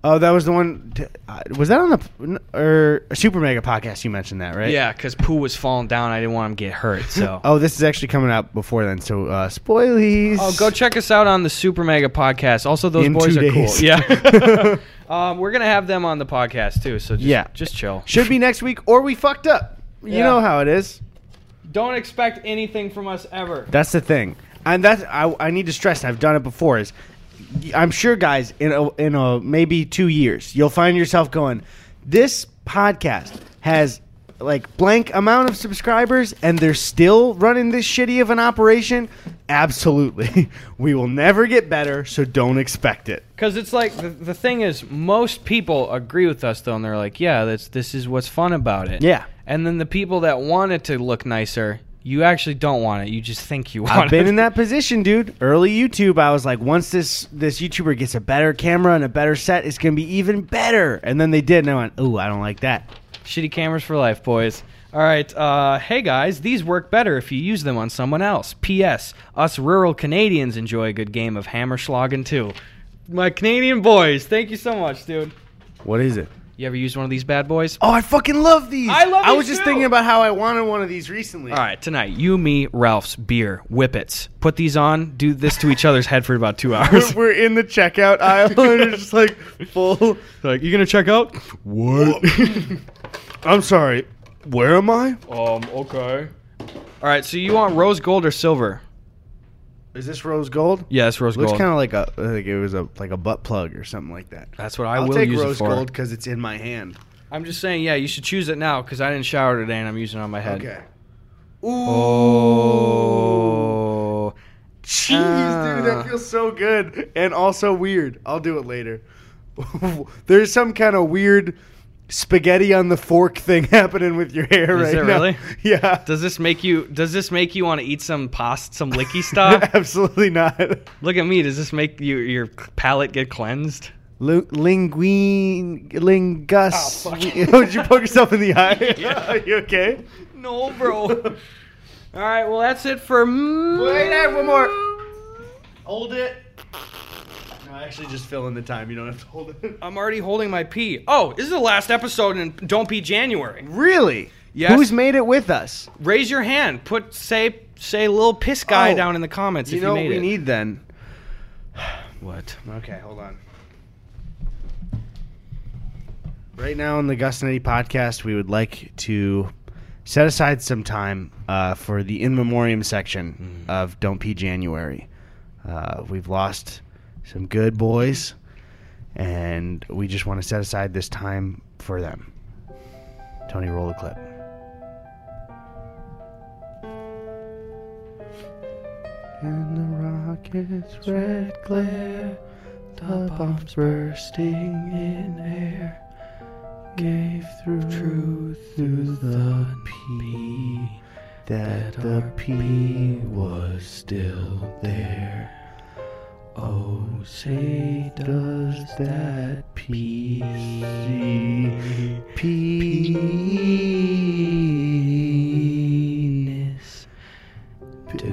B: Oh, that was the one. t- uh, was that on the n- or Super Mega podcast? You mentioned that, right?
A: Yeah, because Pooh was falling down. I didn't want him to get hurt. So.
B: Oh, this is actually coming out before then, so uh, spoilies.
A: *laughs* Oh, go check us out on the Super Mega Podcast. Also, those
B: In
A: boys
B: two
A: are
B: days.
A: cool.
B: *laughs*
A: Yeah, *laughs* um, we're gonna have them on the podcast too. So just,
B: Yeah.
A: just chill.
B: Should be next week, or we fucked up. You
A: Yeah.
B: know how it is.
A: Don't expect anything from us ever.
B: That's the thing, and that's I, I need to stress. and I've done it before. Is I'm sure, guys, in a, in a maybe two years, you'll find yourself going, this podcast has like blank amount of subscribers, and they're still running this shitty of an operation. Absolutely, *laughs* we will never get better, so don't expect it.
A: Because it's like the, the thing is, most people agree with us though, and they're like, "Yeah, that's this is what's fun about it."
B: Yeah.
A: And then the people that want it to look nicer, you actually don't want it. You just think you want
B: I've been
A: it.
B: in that position, dude. Early YouTube, I was like, once this this YouTuber gets a better camera and a better set, it's gonna be even better. And then they did, and I went, "Ooh, I don't like that."
A: Shitty cameras for life, boys. All right. Uh, hey, guys, these work better if you use them on someone else. P.S. Us rural Canadians enjoy a good game of hammer slogging, too. My Canadian boys, thank you so much, dude.
B: What is it?
A: You ever use one of these bad boys?
B: Oh, I fucking love these.
A: I love
B: I
A: these
B: was just
A: too.
B: thinking about how I wanted one of these recently.
A: All right, tonight, you, me, Ralph's beer, whippets. Put these on, do this to each other's head for about two hours.
B: We're, we're in the checkout aisle, and it's just like full.
A: *laughs* like, you gonna check out?
B: What? *laughs* I'm sorry. Where am I?
A: Um, okay. All right, so you want rose gold or silver?
B: Is this rose gold?
A: Yeah, it's rose
B: Looks
A: gold.
B: kind of like a like it was a like a butt plug or something like that.
A: That's what I
B: will
A: will
B: take
A: use
B: rose
A: it for.
B: gold because it's in my hand.
A: I'm just saying, yeah, you should choose it now because I didn't shower today and I'm using it on my head.
B: Okay. Ooh.
A: Oh.
B: Jeez, dude,
A: Ah.
B: that feels so good and also weird. I'll do it later. *laughs* There's some kind of weird spaghetti on the fork thing *laughs* happening with your hair
A: Is
B: right
A: it
B: now.
A: really?
B: *laughs* Yeah.
A: Does this make you does this make you want to eat some pasta, some
B: *laughs*
A: licky stuff?
B: Absolutely not.
A: Look at me. Does this make you your palate get cleansed?
B: Lu- linguine, lingus.
A: Oh,
B: *laughs*
A: fuck.
B: Did you poke yourself in the *laughs* eye? Are you okay?
A: No, bro. *laughs* All right, well that's it for
B: Wait, I have one more. Hold it. No, actually, just fill in the time. You don't have to hold it.
A: I'm already holding my pee. Oh, this is the last episode in Don't Pee January.
B: Really?
A: Yes.
B: Who's made it with us?
A: Raise your hand. Put say say little piss guy
B: Oh,
A: down in the comments
B: you
A: if
B: know
A: you made
B: what we
A: it.
B: need then?
A: what?
B: Okay, hold on. Right now on the Gus and Eddie podcast, we would like to set aside some time uh, for the in memoriam section
A: Mm-hmm.
B: of Don't Pee January. Uh, we've lost some good boys, and we just want to set aside this time for them. Tony, roll the clip. In the Rockets, red glare, the bombs bursting in air. Gave through truth through the P that the P was still there. Oh, say does that P penis do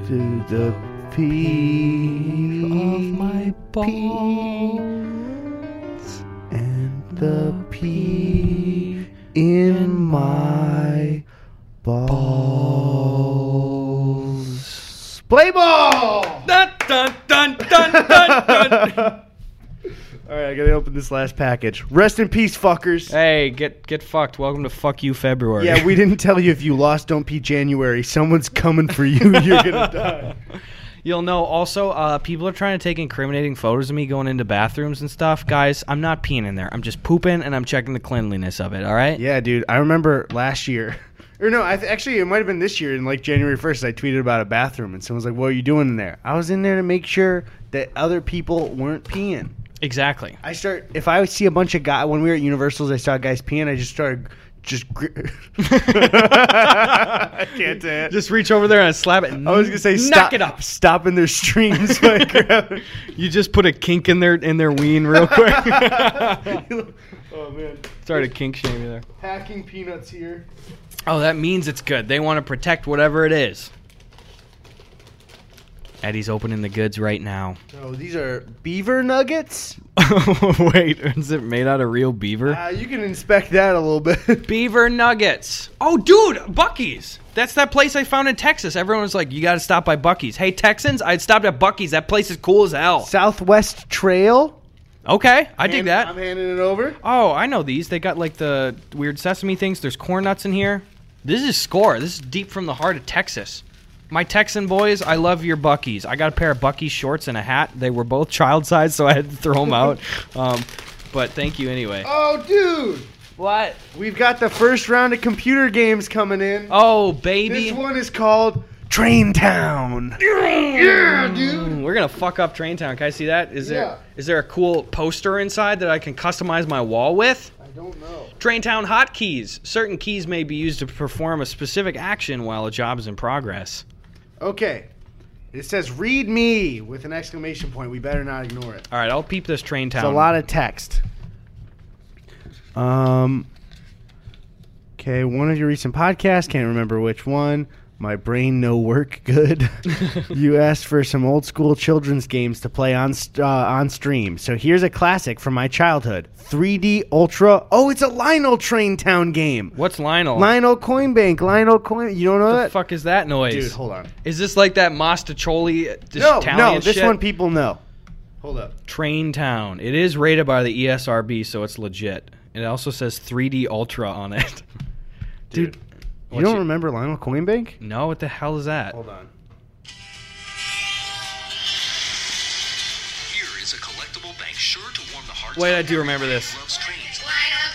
B: the P of my balls and the P in my balls. Play ball.
A: Dun, dun, dun, dun, dun,
B: *laughs*
A: dun.
B: All right, I gotta open this last package. Rest in peace, fuckers.
A: hey, get get fucked. Welcome to fuck you February.
B: Yeah, we didn't tell you if you lost Don't Pee January. Someone's coming for you. *laughs* You're gonna die.
A: You'll know also, uh, people are trying to take incriminating photos of me going into bathrooms and stuff. Guys, I'm not peeing in there. I'm just pooping and I'm checking the cleanliness of it, all right?
B: Yeah, dude. I remember last year. *laughs* Or no, I th- actually it might have been this year. In like January first, I tweeted about a bathroom, and someone was like, "What are you doing in there?" I was in there to make sure that other people weren't peeing.
A: *laughs* Exactly.
B: I start if I see a bunch of guy when we were at Universals, I saw guys peeing. I just started just. Gr- *laughs* I can't do it.
A: Just reach over there and slap it.
B: I was gonna say,
A: knock
B: stop, uh,
A: it
B: *laughs*
A: up.
B: Stop in their streams. *laughs* by
A: *laughs*
B: grab-
A: You just put a kink in their in their ween *laughs* real
B: *laughs*
A: quick.
B: oh man,
A: Started kink shaming there.
B: hacking peanuts here.
A: Oh, that means it's good. They want to protect whatever it is. Eddie's opening the goods right now. *laughs*
B: Oh, these are beaver nuggets.
A: Wait, is it made out of real beaver?
B: Uh, you can inspect that a little bit. *laughs*
A: Beaver Nuggets. Oh, dude, Bucky's. That's that place I found in Texas. Everyone was like, "You got to stop by Bucky's." Hey, Texans, I stopped at Bucky's. That place is cool as hell.
B: Southwest Trail.
A: Okay, I dig
B: Hand-
A: that.
B: I'm handing it over.
A: oh, I know these. They got like the weird sesame things. There's corn nuts in here. This is score. This is deep from the heart of Texas. My Texan boys, I love your Bucky's. I got a pair of Bucky's shorts and a hat. They were both child size, so I had to throw them
B: *laughs*
A: out. Um, but thank you anyway.
B: Oh, dude,
A: What?
B: we've got the first round of computer games coming in.
A: Oh, baby.
B: This one is called Train Town. Yeah, dude.
A: Mm, We're gonna fuck up Train Town. Can I see that? Is
B: Yeah.
A: there is there a cool poster inside that I can customize my wall with?
B: I don't know.
A: Train Town hotkeys. Certain keys may be used to perform a specific action while a job is in progress.
B: Okay. It says "Read me" with an exclamation point. We better not ignore it.
A: All right, I'll peep this Train Town.
B: It's a lot of text. Um. Okay, one of your recent podcasts, can't remember which one. My brain no work good. you asked for some old school children's games to play on st- uh, on stream. So here's a classic from my childhood: 3D Ultra. Oh, it's a Lionel Train Town game.
A: What's Lionel?
B: Lionel Coinbank. Lionel Coin. You don't know
A: What the
B: that?
A: fuck is that noise?
B: Dude, hold on.
A: Is this like that Mostacholi uh, just
B: No,
A: Italian
B: no, this
A: shit?
B: one people know. Hold up.
A: Train Town. It is rated by the E ESRB, so it's legit. It also says 3D Ultra on it. *laughs*
B: Dude, you
A: What
B: don't
A: you-
B: remember Lionel Coinbank?
A: no, what the hell is
B: *laughs*
A: that?
B: Hold on.
C: Here is a collectible bank sure to warm the hearts
A: Wait, I
C: of
A: do remember this.
C: everyone who loves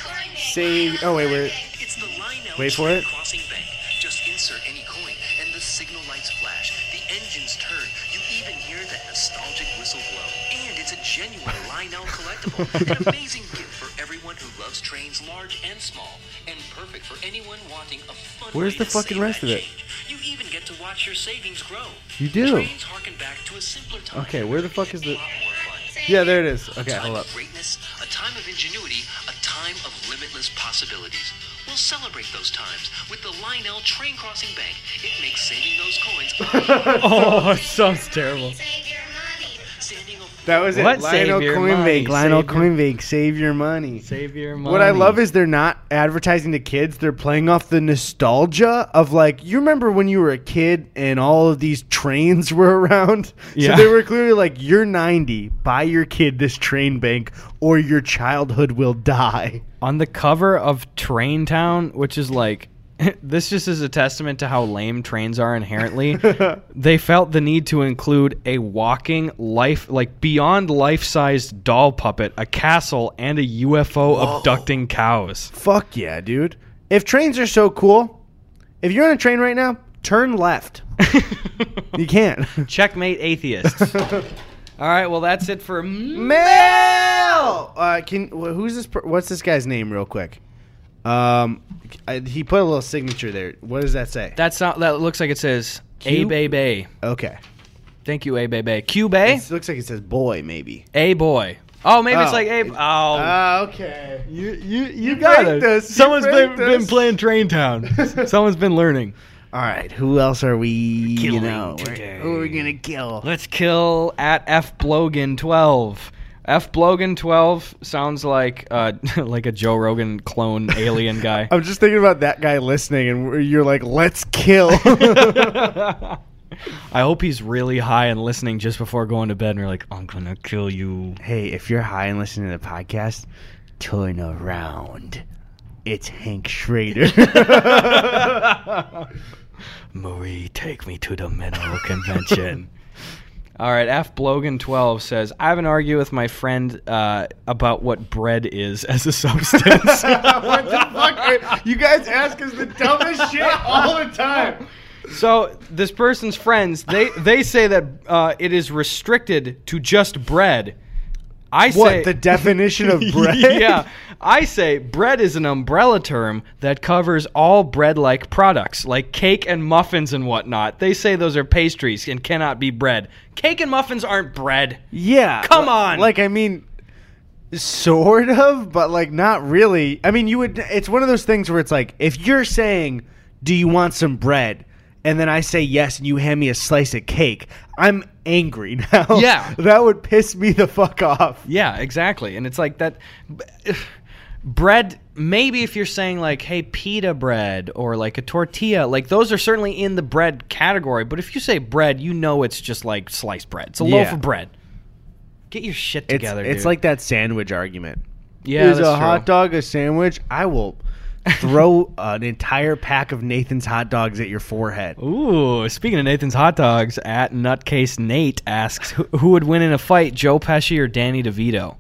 C: trains.
B: Save. Oh wait, wait.
C: It's the Lionel
B: Wait for
C: Train
B: it.
C: Crossing Bank. Just insert any coin, and the signal lights flash. The engines turn. You even hear that nostalgic whistle blow. And it's a
B: *laughs*
C: genuine Lionel collectible. an amazing gift for everyone who loves trains, large and small, and perfect for anyone wanting a fun.
B: Where's
C: way
B: the
C: to
B: fucking
C: save
B: rest
C: that
B: of it?
C: change. You even get to watch your savings grow.
B: You do.
C: Trains harken back to a simpler time.
B: Okay, where the fuck is
C: A
B: the?
C: lot more fun.
B: Yeah, there it is. Okay,
C: A time
B: hold up.
C: of greatness, a time of ingenuity, a time of limitless possibilities. We'll celebrate those times with the Lionel Train Crossing Bank. It makes saving those coins a-
A: Oh, *laughs* it sounds terrible.
C: standing a-
B: That was
A: What?
B: it. Lionel
A: Save your
B: Coinbank.
A: money,
B: Lionel
A: save your-
B: Coinbank. Save your money.
A: Save your money.
B: What I love is they're not advertising to kids. They're playing off the nostalgia of like you remember when you were a kid and all of these trains *laughs* were around.
A: Yeah.
B: So they were clearly like, "You're 90. Buy your kid this train bank, or your childhood will die."
A: on the cover of Train Town, which is like *laughs* this just is a testament to how lame trains are inherently. they felt the need to include a walking life like beyond life-sized doll puppet, a castle, and a UFO abducting cows. *laughs*
B: Fuck yeah, dude. If trains are so cool, if you're on a train right now, turn left. You can't. *laughs*
A: Checkmate atheists. All right, well that's it for m-
B: Mail. Uh, can wh- who's this? Per- what's this guy's name, real quick? Um, I, he put a little signature there. What does that say?
A: that's not that looks like it says A
B: Q-
A: Bay Bay.
B: okay,
A: Thank you, A Bay Bay. Q Bay?
B: it looks like it says boy, maybe.
A: A boy. Oh, maybe it's
B: Oh.
A: like A Oh
B: Ah, okay.
A: you you you
B: got break it. this, you Someone's
A: Someone's
B: break been- been this. playing
A: Train Town. Someone's been learning.
B: All right. Who else are we? you
A: Killing
B: know, we're-
A: today.
B: who are we gonna kill?
A: Let's kill at F Blogan twelve. F Blogan twelve sounds like uh, *laughs* like a Joe Rogan clone alien
B: *laughs*
A: guy.
B: I'm just thinking about that guy listening, and we're- you're like, "Let's kill." *laughs*
A: I hope he's really high and listening just before going to bed, and you're like, "I'm gonna kill you."
B: hey, if you're high and listening to the podcast, turn around. It's Hank *laughs* Schrader.
A: Marie, take me to the mineral convention. All right, F. Blogan twelve says, "I have an argument with my friend uh, about what bread is as a
B: *laughs*
A: substance."
B: what the fuck? Are, you guys ask us the dumbest shit all the
A: *laughs*
B: time.
A: so this person's friends they they say that uh, it is restricted to just bread. I say
B: What the definition
A: *laughs*
B: of *laughs* bread?
A: yeah, I say bread is an umbrella term that covers all bread-like products, like cake and muffins and whatnot. They say those are pastries and cannot be bread. Cake and muffins aren't bread.
B: yeah.
A: Come
B: li-
A: on.
B: Like I mean, sort of, but like not really. I mean, you would. It's one of those things where it's like, if you're saying, "Do you want some bread?" and then I say yes, and you hand me a slice of cake, I'm angry *laughs* now.
A: Yeah.
B: that would piss me the fuck off.
A: Yeah, exactly. And it's like that b- *sighs* bread maybe if you're saying like hey pita bread or like a tortilla like those are certainly in the bread category but if you say bread you know it's just like sliced bread it's a loaf
B: Yeah.
A: of bread get your shit
B: It's,
A: together
B: it's
A: dude.
B: like that sandwich argument.
A: yeah
B: is
A: that's
B: a hot
A: true.
B: dog a sandwich? I will
A: *laughs*
B: throw an entire pack of Nathan's hot dogs at your forehead.
A: Ooh, speaking of Nathan's hot dogs, at Nutcase Nate asks who, who would win in a fight, Joe Pesci or Danny DeVito?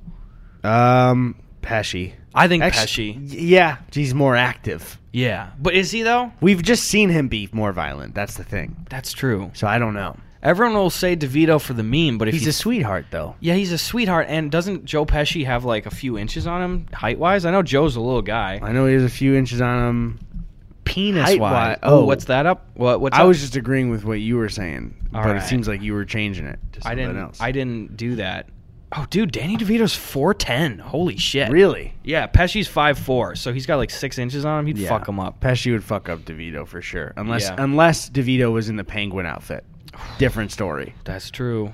B: Um, Pesci.
A: I think
B: Actu-
A: Pesci.
B: y- Yeah, he's more active.
A: Yeah, but is he though?
B: We've just seen him be more violent. That's the thing.
A: That's true.
B: So I don't know.
A: Everyone will say DeVito for the meme, but if
B: He's
A: you
B: a sweetheart, though.
A: Yeah, he's a sweetheart. And doesn't Joe Pesci have like a few inches on him height wise? I know Joe's a little guy.
B: I know he has a few inches on him.
A: Penis
B: Height-wise-
A: wise. Oh,
B: oh.
A: what's that up? What? What's
B: I
A: up?
B: was just agreeing with what you were saying,
A: All
B: but it
A: right.
B: seems like you were changing it to something
A: I didn't.
B: else.
A: I didn't do that. Oh, dude, Danny DeVito's four ten. Holy shit.
B: really.
A: Yeah, Pesci's five four, so he's got like six inches on him. He'd fuck him up.
B: Pesci would fuck up DeVito for sure, unless
A: Yeah.
B: unless DeVito was in the penguin *sighs* outfit. Different story.
A: That's true.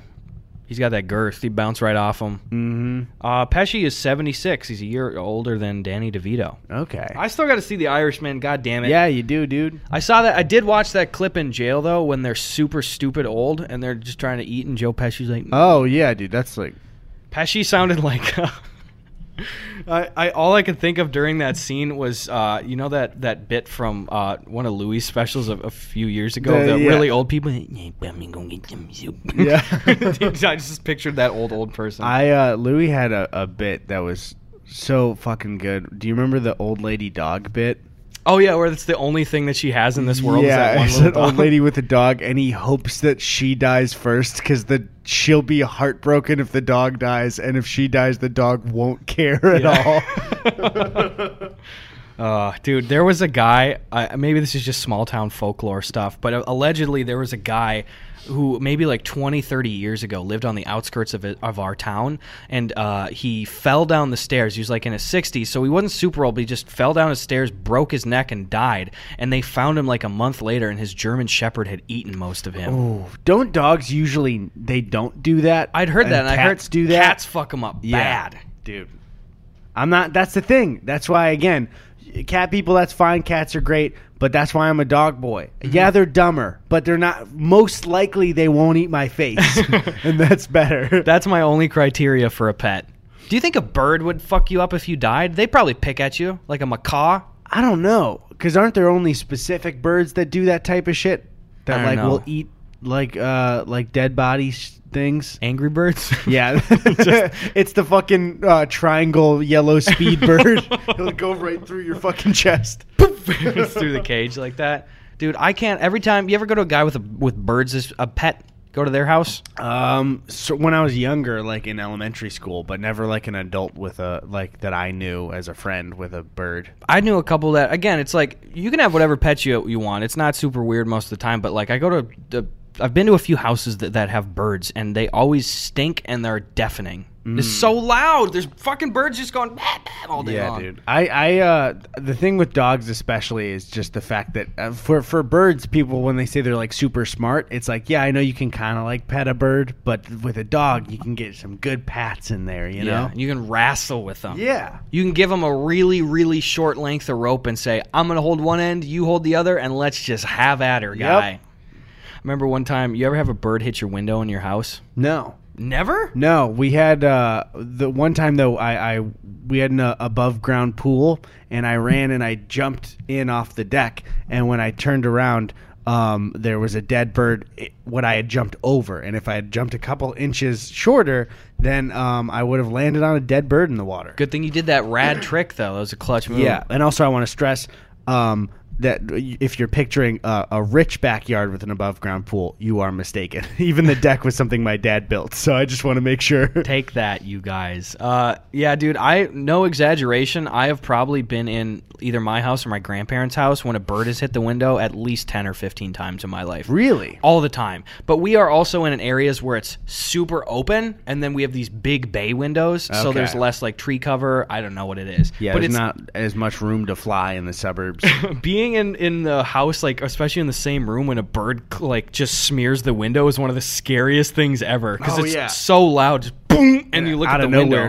A: He's got that girth. He'd bounce right off him.
B: Mm-hmm.
A: Uh, Pesci is seventy six. He's a year older than Danny DeVito.
B: Okay.
A: I still got to see The Irishman. God damn it.
B: yeah, you do, dude.
A: I saw that. I did watch that clip in jail though, when they're super stupid old and they're just trying to eat, and Joe Pesci's like,
B: Oh yeah, dude. That's like
A: Pesci sounded like. uh, *laughs* I, I all I could think of during that scene was uh, you know that that bit from uh, one of Louis' specials of a few years ago,
B: The-
A: the,
B: yeah.
A: really old people. "Yeah, I'm gonna get some soup."
B: *laughs* Yeah.
A: Dude, *laughs* I just pictured that old old person.
B: I uh Louis had a, a bit that was so fucking good. Do you remember the old lady dog bit?
A: oh yeah, where that's the only thing that she has in this world. is that
B: yeah,
A: one
B: it's
A: little
B: an old
A: dog.
B: lady with a dog, and he hopes that she dies first because the she'll be heartbroken if the dog dies, and if she dies, the dog won't *laughs* care
A: *laughs*
B: at all.
A: Uh, dude, there was a guy. Uh, maybe this is just small town folklore stuff, but allegedly there was a guy who maybe like 20, 30 years ago lived on the outskirts of, it, of our town, and uh, he fell down the stairs. He was like in his 60s, so he wasn't super old, but he just fell down his stairs, broke his neck, and died. And they found him like a month later, and his German Shepherd had eaten most of him.
B: Ooh, don't dogs usually they don't do that?
A: I'd heard that, and I heard
B: cats do that.
A: Cats fuck him up
B: Yeah.
A: bad.
B: dude. I'm not. That's the thing. That's why again, cat people. That's fine. Cats are great, but that's why I'm a dog boy.
A: Mm-hmm.
B: Yeah, they're dumber, but they're not. Most likely, they won't eat my
A: *laughs*
B: face, *laughs* and that's better.
A: That's my only criteria for a pet. Do you think a bird would fuck you up if you died? They probably pick at you like a macaw.
B: I don't know, because aren't there only specific birds that do that type of shit
A: I
B: that
A: don't
B: like
A: know.
B: will eat like uh like dead body sh-
A: *laughs*
B: things?
A: Angry Birds.
B: Yeah, *laughs* it's the fucking uh, triangle
A: *laughs*
B: yellow *laughs* speed bird. It'll go right through your fucking chest.
A: It's through the cage like that. dude. I can't. Every time you ever go to a guy with a, with birds as a pet, go to their house.
B: *laughs* Um, so when I was younger, like in elementary school, but never like an adult with a like that I knew as a friend with a bird.
A: I knew a couple that again, it's like you can have whatever pet you you want. It's not super weird most of the time, but like I go to the I've been to a few houses that, that have birds and they always stink and they're deafening. It's so loud. There's fucking birds just going bah, bah, all day
B: Mm. Yeah,
A: long.
B: dude. I, I, uh, the thing with dogs especially is just the fact that uh, for for birds, people when they say they're like super smart, it's like, yeah, I know you can kind of like pet a bird, but with a dog, you can get some good pats in there, you
A: Yeah,
B: know?
A: you can wrestle with them.
B: Yeah.
A: You can give them a really, really short length of rope and say, I'm going to hold one end, you hold the other, and let's just have at her, guy. Remember one time, you ever have a bird hit your window in your house?
B: No.
A: Never?
B: No, we had uh, the one time though. I, I we had an uh, above ground pool, and I ran and I jumped in off the deck. And when I turned around, um, there was a dead bird. i- What I had jumped over, and if I had jumped a couple inches shorter, then um, I would have landed on a dead bird in the water.
A: Good thing you did that rad trick, though. That was a clutch move.
B: Yeah, and also I want to stress um, that if you're picturing a, a rich backyard with an above ground pool, you are mistaken. *laughs* Even the deck was something my dad built, so I just want to make sure.
A: Take that, you guys. Uh, yeah, dude. I no exaggeration. I have probably been in either my house or my grandparents' house when a bird has hit the window at least ten or fifteen times in my life.
B: Really?
A: all the time. But we are also in an areas where it's super open, and then we have these big bay windows, so
B: Okay.
A: there's less like tree cover. I don't know what it is.
B: Yeah,
A: but
B: there's
A: it's
B: not as much room to fly in the suburbs.
A: being in in the house, like especially in the same room, when a bird like just smears the window is one of the scariest things ever because
B: Oh,
A: it's
B: yeah.
A: so loud, just *laughs* boom, and you look
B: out
A: at
B: of
A: the
B: nowhere
A: window.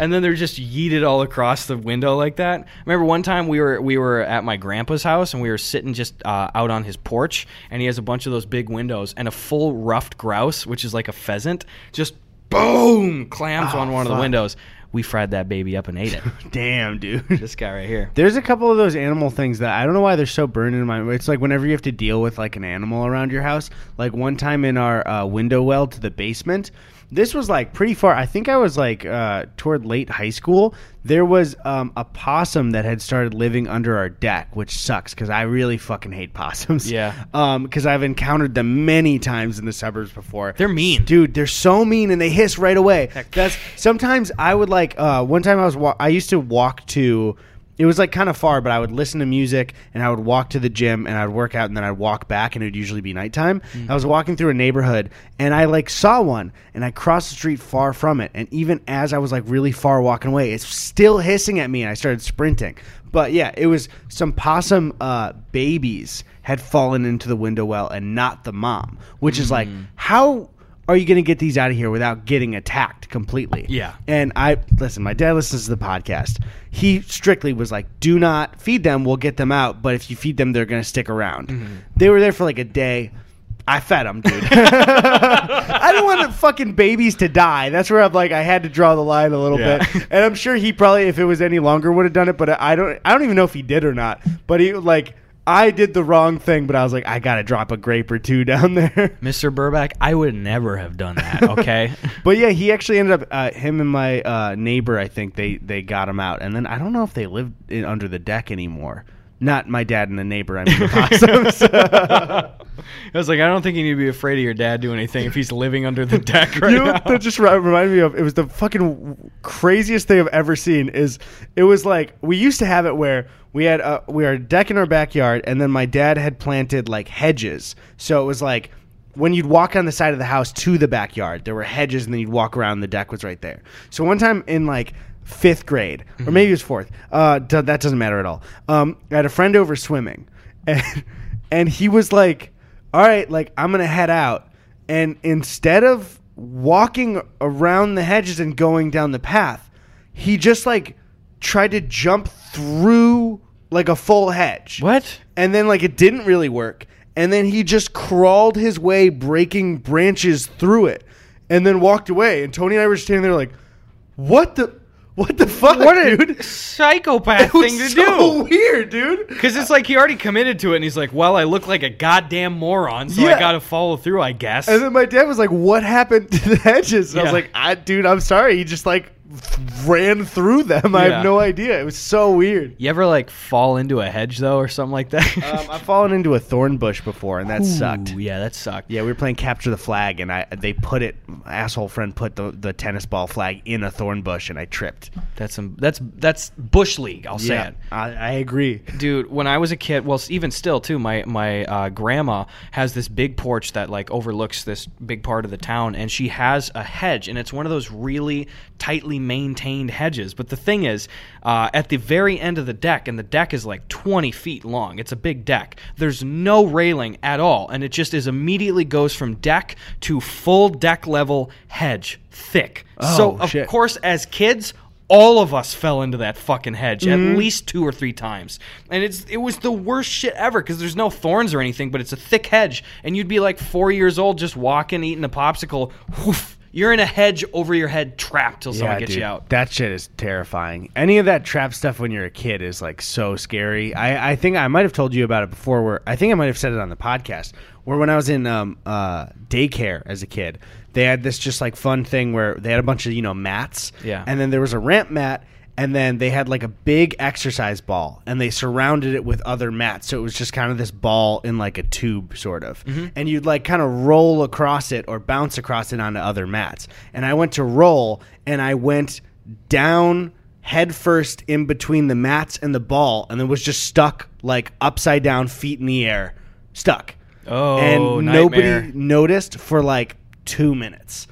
A: *laughs* and then they're just yeeted all across the window like that. Remember one time we were we were at my grandpa's house and we were sitting just uh, out on his porch, and he has a bunch of those big windows, and a full ruffed grouse, which is like a pheasant, just boom clams on one of the windows. We fried that baby up and ate it.
B: *laughs* Damn,
A: *laughs*
B: dude.
A: this guy right here.
B: There's a couple of those animal things that I don't know why they're so burned in my. It's like whenever you have to deal with like an animal around your house. Like one time in our uh, window well to the basement. This was like pretty far. I think I was like uh, toward late high school. There was um, a possum that had started living under our deck, which sucks because I really fucking hate possums. *laughs*
A: Yeah.
B: Because I've encountered them many times in the suburbs before.
A: They're mean.
B: dude they're so mean and they hiss right away that's sometimes i would like uh one time i was wa- i used to walk to it was like kind of far but i would listen to music and i would walk to the gym and i'd work out and then i'd walk back and it would usually be nighttime i was walking through a neighborhood and i like saw one and i crossed the street far from it and even as i was like really far walking away it's still hissing at me and i started sprinting but yeah it was some possum uh babies had fallen into the window well and not the mom which is like how are you going to get these out of here without getting attacked completely?
A: Yeah.
B: And I listen, my dad listens to the podcast. He strictly was like, "Do not feed them. We'll get them out, but if you feed them, they're going to stick around."
A: Mm-hmm.
B: They were there for like a day. I fed
A: *laughs*
B: them, dude. I don't want the fucking babies to die. That's where I'm like, I had to draw the line a little
A: Yeah. *laughs*
B: bit. And I'm sure he probably, if it was any longer, would have done it. But I don't, I don't even know if he did or not. But he like, I did the wrong thing. But I was like, I got to drop a grape or two down there.
A: Mr. Burback, I would never have done that, okay?
B: But yeah, he actually ended up uh, him and my uh, neighbor. I think they they got him out, and then I don't know if they lived in, under the deck anymore. Not my dad and the neighbor. I mean, the possums.
A: *laughs* I was like, I don't think you need to be afraid of your dad doing anything if he's living under *laughs* the deck right
B: you know
A: now.
B: what that just re- reminded me of? It was the fucking craziest thing I've ever seen. Is it was like we used to have it where we had a, we had a deck in our backyard, and then my dad had planted like hedges, so it was like. When you'd walk on the side of the house to the backyard, there were hedges, and then you'd walk around. And the deck was right there. So one time in like fifth grade,
A: Mm-hmm.
B: or maybe it was fourth. Uh, do- that doesn't matter at all. Um, I had a friend over swimming, *laughs* and and he was like, "All right, like I'm gonna head out." And instead of walking around the hedges and going down the path, he just like tried to jump through like a full hedge.
A: What?
B: And then like it didn't really work. And then he just crawled his way, breaking branches through it, and then walked away. And Tony and I were standing there like, "What the, what the fuck,
A: What a *laughs*
B: dude?
A: psychopath
B: It was
A: thing to
B: so
A: do.
B: weird, dude."
A: Because it's like he already committed to it, and he's like, "Well, I look like a goddamn moron, so I
B: Yeah.
A: gotta follow through, I guess."
B: And then my dad was like, "What happened to the hedges?" And I
A: Yeah.
B: was like, I, "Dude, I'm sorry. He just like ran through them. I
A: Yeah.
B: have no idea. It was so weird.
A: You ever like fall into a hedge though, or something like that?
B: Um, I've fallen into a thorn bush before, and that sucked.
A: Uh, Ooh, yeah, that *laughs* sucked.
B: Yeah, we were playing capture the flag, and I they put it. My asshole friend put the, the tennis ball flag in a thorn bush, and I tripped.
A: That's some. That's that's bush league. I'll say it.
B: I, I agree.
A: dude when i was a kid well even still too my my uh, grandma has this big porch that like overlooks this big part of the town and she has a hedge and it's one of those really tightly maintained hedges but the thing is uh, at the very end of the deck and the deck is like 20 feet long it's a big deck there's no railing at all and it just is immediately goes from deck to full deck level hedge thick so
B: Oh,
A: of
B: shit.
A: course as kids all of us fell into that fucking hedge at least two or three times and it's it was the worst shit ever because there's no thorns or anything but it's a thick hedge and you'd be like four years old just walking eating a popsicle whoof you're in a hedge over your head trapped till someone gets
B: dude,
A: you out
B: That shit is terrifying. Any of that trap stuff when you're a kid is like so scary. I, I think I might have told you about it before. Where I think I might have said it on the podcast. Where when I was in um, uh, daycare as a kid, they had this just like fun thing where they had a bunch of you know mats.
A: Yeah.
B: And then there was a ramp mat. And then they had like a big exercise ball, and they surrounded it with other mats. So it was just kind of this ball in like a tube, sort of. And you'd like kind of roll across it or bounce across it onto other mats. And I went to roll, and I went down head first in between the mats and the ball, and then was just stuck like upside down, feet in the air, stuck.
A: Oh,
B: and
A: nightmare.
B: nobody noticed for like two minutes.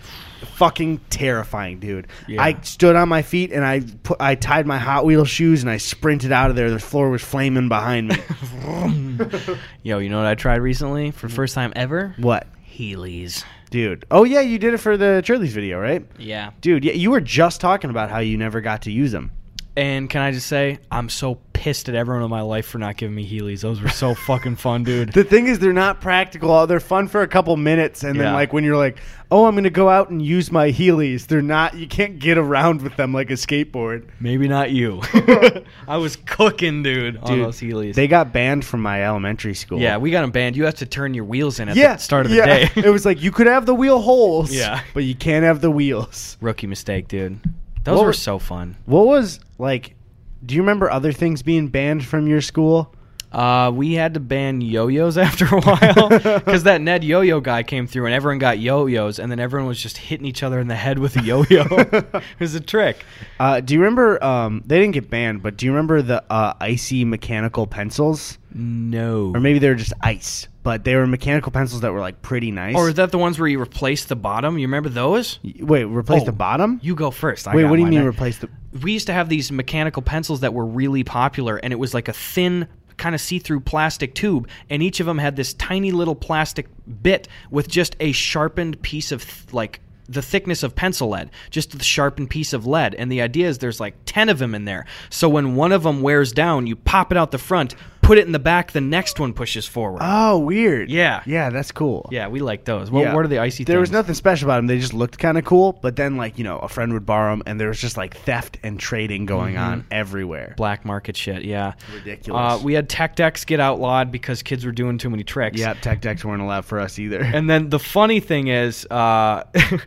B: Fucking terrifying, dude.
A: Yeah.
B: I stood on my feet and I put I tied my Hot Wheel shoes and I sprinted out of there. The floor was
A: *laughs*
B: flaming behind me.
A: yo you know what i tried recently for the first time ever
B: what,
A: heelys
B: dude? Oh yeah, you did it for the Charlie's video, right?
A: yeah
B: Dude, yeah, you were just talking about how you never got to use them.
A: and can i just say i'm so pissed at everyone in my life for not giving me heelys those were *laughs* so fucking fun dude
B: The thing is, they're not practical. They're fun for a couple minutes, and
A: Yeah.
B: then like when you're like, "Oh, I'm gonna go out and use my Heelys," they're not. You can't get around with them like a
A: *laughs*
B: skateboard. *laughs*
A: Maybe not you. I was cooking, dude, on those Heelys.
B: They got banned from my elementary school.
A: yeah, we got them banned. You have to turn your wheels in at
B: yeah.
A: the start of
B: yeah.
A: the
B: *laughs* it
A: day.
B: was like you could have the wheel holes.
A: Yeah.
B: but you can't have the wheels.
A: *laughs* Rookie mistake, dude. Those
B: What
A: were
B: were-
A: so fun.
B: What was like? Do you remember other things being banned from your school?
A: Uh, we had to ban yo-yos *laughs* after a while because that Ned yo-yo guy came through and everyone got yo-yos and then everyone was just hitting each other in the head with a
B: *laughs*
A: yo-yo. it was a trick.
B: Uh, do you remember? Um, they didn't get banned, but do you remember the uh, icy mechanical pencils?
A: No.
B: Or maybe they were just ice, but they were mechanical pencils that were like pretty nice.
A: Or is that the ones where you replace the bottom? You remember those?
B: Wait, replace the
A: Oh,
B: bottom?
A: You go first. I
B: Wait,
A: got
B: what do you
A: mine.
B: mean
A: I-
B: replace the?
A: we used to have these mechanical pencils that were really popular and it was like a thin kind of see-through plastic tube and each of them had this tiny little plastic bit with just a sharpened piece of th- like the thickness of pencil lead just the sharpened piece of lead and the idea is there's like 10 of them in there so when one of them wears down you pop it out the front put it in the back the next one pushes forward
B: Oh, weird.
A: Yeah.
B: yeah, that's cool.
A: yeah we like those what,
B: Yeah.
A: what are the icy
B: There was
A: things?
B: nothing special about them. They just looked kind of cool. But then, like you know, a friend would borrow them, and there was just like theft and trading going
A: Mm-hmm.
B: on everywhere.
A: black market shit yeah
B: Ridiculous.
A: uh, we had tech decks get outlawed because kids were doing too many tricks
B: Yeah, tech decks weren't allowed for us either. *laughs*
A: And then the funny thing is, uh,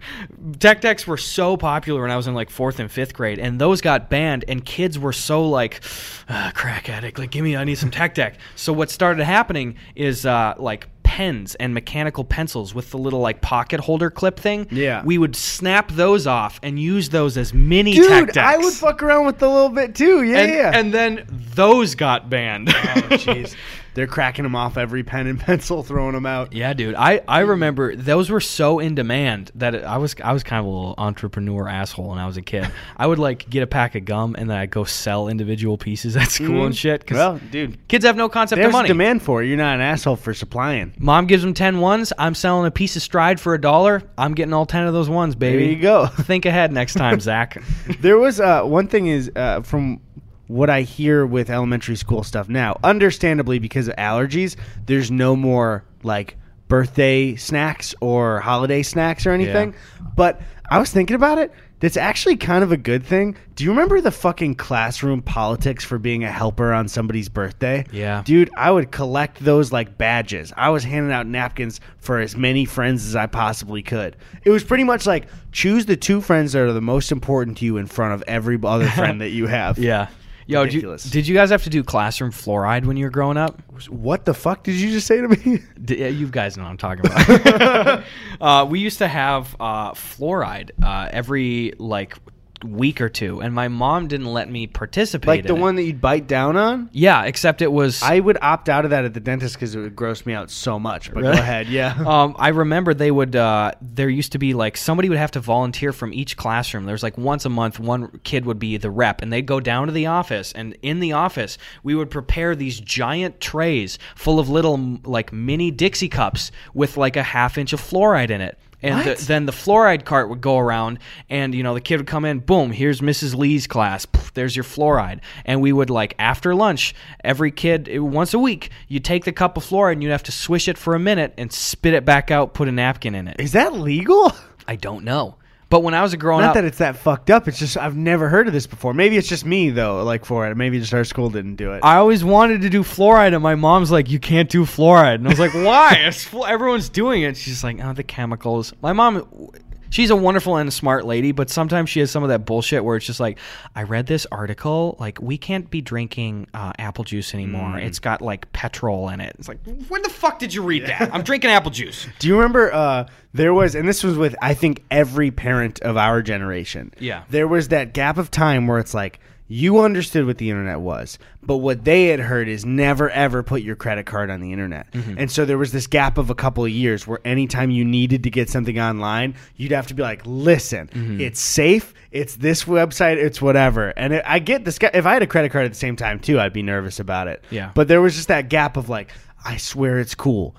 A: *laughs* tech decks were so popular when I was in like fourth and fifth grade, and those got banned. And kids were so like, ah, crack addict, like give me, I need some tech deck. So what started happening is uh, like pens and mechanical pencils with the little like pocket holder clip thing.
B: Yeah.
A: we would snap those off and use those as mini
B: Dude,
A: tech decks.
B: I would fuck around with the little bit too. Yeah,
A: and,
B: yeah.
A: and then those got banned.
B: Oh, Jeez. they're cracking them off every pen and *laughs* pencil, throwing them out.
A: Yeah, dude. I, I remember those were so in demand that it- I was I was kind of a little entrepreneur asshole when I was a
B: *laughs*
A: kid. I would like get a pack of gum and then I'd go sell individual pieces at school and shit. Cause
B: Mm-hmm. Well, dude,
A: kids have no concept of
B: there's
A: money.
B: demand for it. You're not an asshole for supplying.
A: Mom gives them 10 ones. I'm selling a piece of stride for a dollar. I'm getting all 10 of those ones, baby.
B: There you
A: *laughs*
B: go.
A: Think ahead next time,
B: *laughs*
A: Zach.
B: there was uh, one thing is uh, from what I hear with elementary school stuff now, understandably because of allergies, there's no more like birthday snacks or holiday snacks or anything. But I was thinking about it. That's actually kind of a good thing. Do you remember the fucking classroom politics for being a helper on somebody's birthday?
A: Yeah.
B: Dude, I would collect those like badges. I was handing out napkins for as many friends as I possibly could. It was pretty much like choose the two friends that are the most important to you in front of every other friend that you
A: *laughs*
B: have.
A: Yeah. Yo, did you,
B: Ridiculous.
A: did you guys have to do classroom fluoride when you were growing up?
B: What the fuck did you just say to me? *laughs*
A: D- yeah, you guys know what I'm talking about. *laughs* uh, we used to have uh, fluoride uh, every like week or two, and my mom didn't let me participate.
B: like the
A: in it.
B: one that you'd bite down on?
A: yeah. Except it was
B: I would opt out of that at the dentist because it would gross me out so much. But
A: Really?
B: go ahead,
A: *laughs*
B: yeah.
A: um, I remember they would. Uh, there used to be like somebody would have to volunteer from each classroom. There's like once a month, one kid would be the rep, and they'd go down to the office. And in the office, we would prepare these giant trays full of little m- like mini Dixie cups with like a half inch of fluoride in it. And the, then the fluoride cart would go around, and you know the kid would come in. Boom! Here's Mrs. Lee's class. Pff, there's your fluoride. And we would like after lunch, every kid it- once a week, you take the cup of fluoride and you'd have to swish it for a minute and spit it back out. Put a napkin in it.
B: Is that legal?
A: I don't know, but when I was a growing
B: Not
A: up,
B: that it's that fucked up. It's just I've never heard of this before. Maybe it's just me though. Like for it, maybe just our school didn't do it.
A: I always wanted to do fluoride, and my mom's like, "You can't do fluoride," and I was like, *laughs* "Why? It's flu- everyone's doing it." She's like, "Oh, the chemicals." My mom, she's a wonderful and a smart lady, but sometimes she has some of that bullshit where it's just like, "I read this article, like we can't be drinking uh, apple juice anymore. It's got like petrol in it." It's like, "Where the fuck did you read that?" I'm drinking apple juice.
B: do you remember? Uh, there was, and this was with I think every parent of our generation.
A: Yeah.
B: there was that gap of time where it's like you understood what the internet was, but what they had heard is never ever put your credit card on the internet. And so there was this gap of a couple of years where anytime you needed to get something online, you'd have to be like, listen, it's safe. It's this website. It's whatever. And it, I get this. If I had a credit card at the same time too, I'd be nervous about it.
A: Yeah.
B: But there was just that gap of like, I swear it's cool.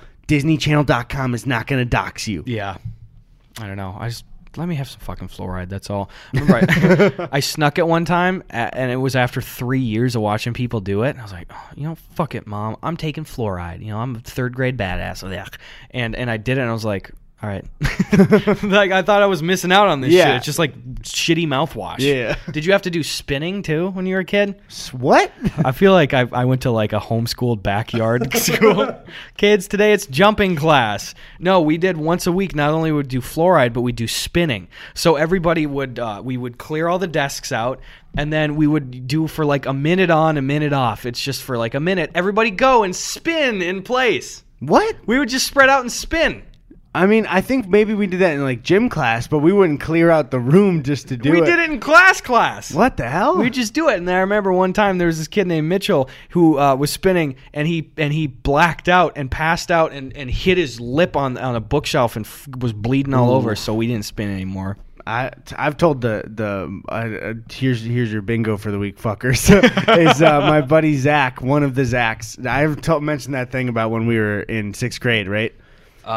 B: DisneyChannel.com is not going to dox you.
A: Yeah. I don't know. I just let me have some fucking fluoride. That's all.
B: *laughs*
A: Remember, I, I snuck it one time, a- and it was after three years of watching people do it. And I was like, oh, you know, fuck it, mom. I'm taking fluoride. You know, I'm a third grade badass. Ugh. And and I did it, and I was like, all right. *laughs* like I thought I was missing out on this
B: Yeah.
A: shit. It's just like shitty mouthwash.
B: Yeah.
A: Did you have to do spinning too when you were a kid?
B: S- What? *laughs*
A: I feel like I, I went to like a homeschooled backyard *laughs* school. Kids, today it's jumping class. No, we did once a week. Not only would we do fluoride, but we do spinning. So everybody would uh, we would clear all the desks out, and then we would do for like a minute on, a minute off. It's just for like a minute. Everybody go and spin in place.
B: What?
A: We would just spread out and spin.
B: I mean, I think maybe we did that in like gym class, but we wouldn't clear out the room just to do
A: we
B: it.
A: did it in class class.
B: What the
A: *laughs*
B: hell?
A: We just do it. And I remember one time there was this kid named Mitchell who uh, was spinning and he and he blacked out and passed out and, and hit his lip on on a bookshelf and f- was bleeding all over. So we didn't spin anymore.
B: I I've told the the uh, uh, here's here's your bingo for the week, fuckers. *laughs* is uh, my buddy Zach, one of the Zachs. I've to- mentioned that thing about when we were in sixth grade, right?
A: Uh,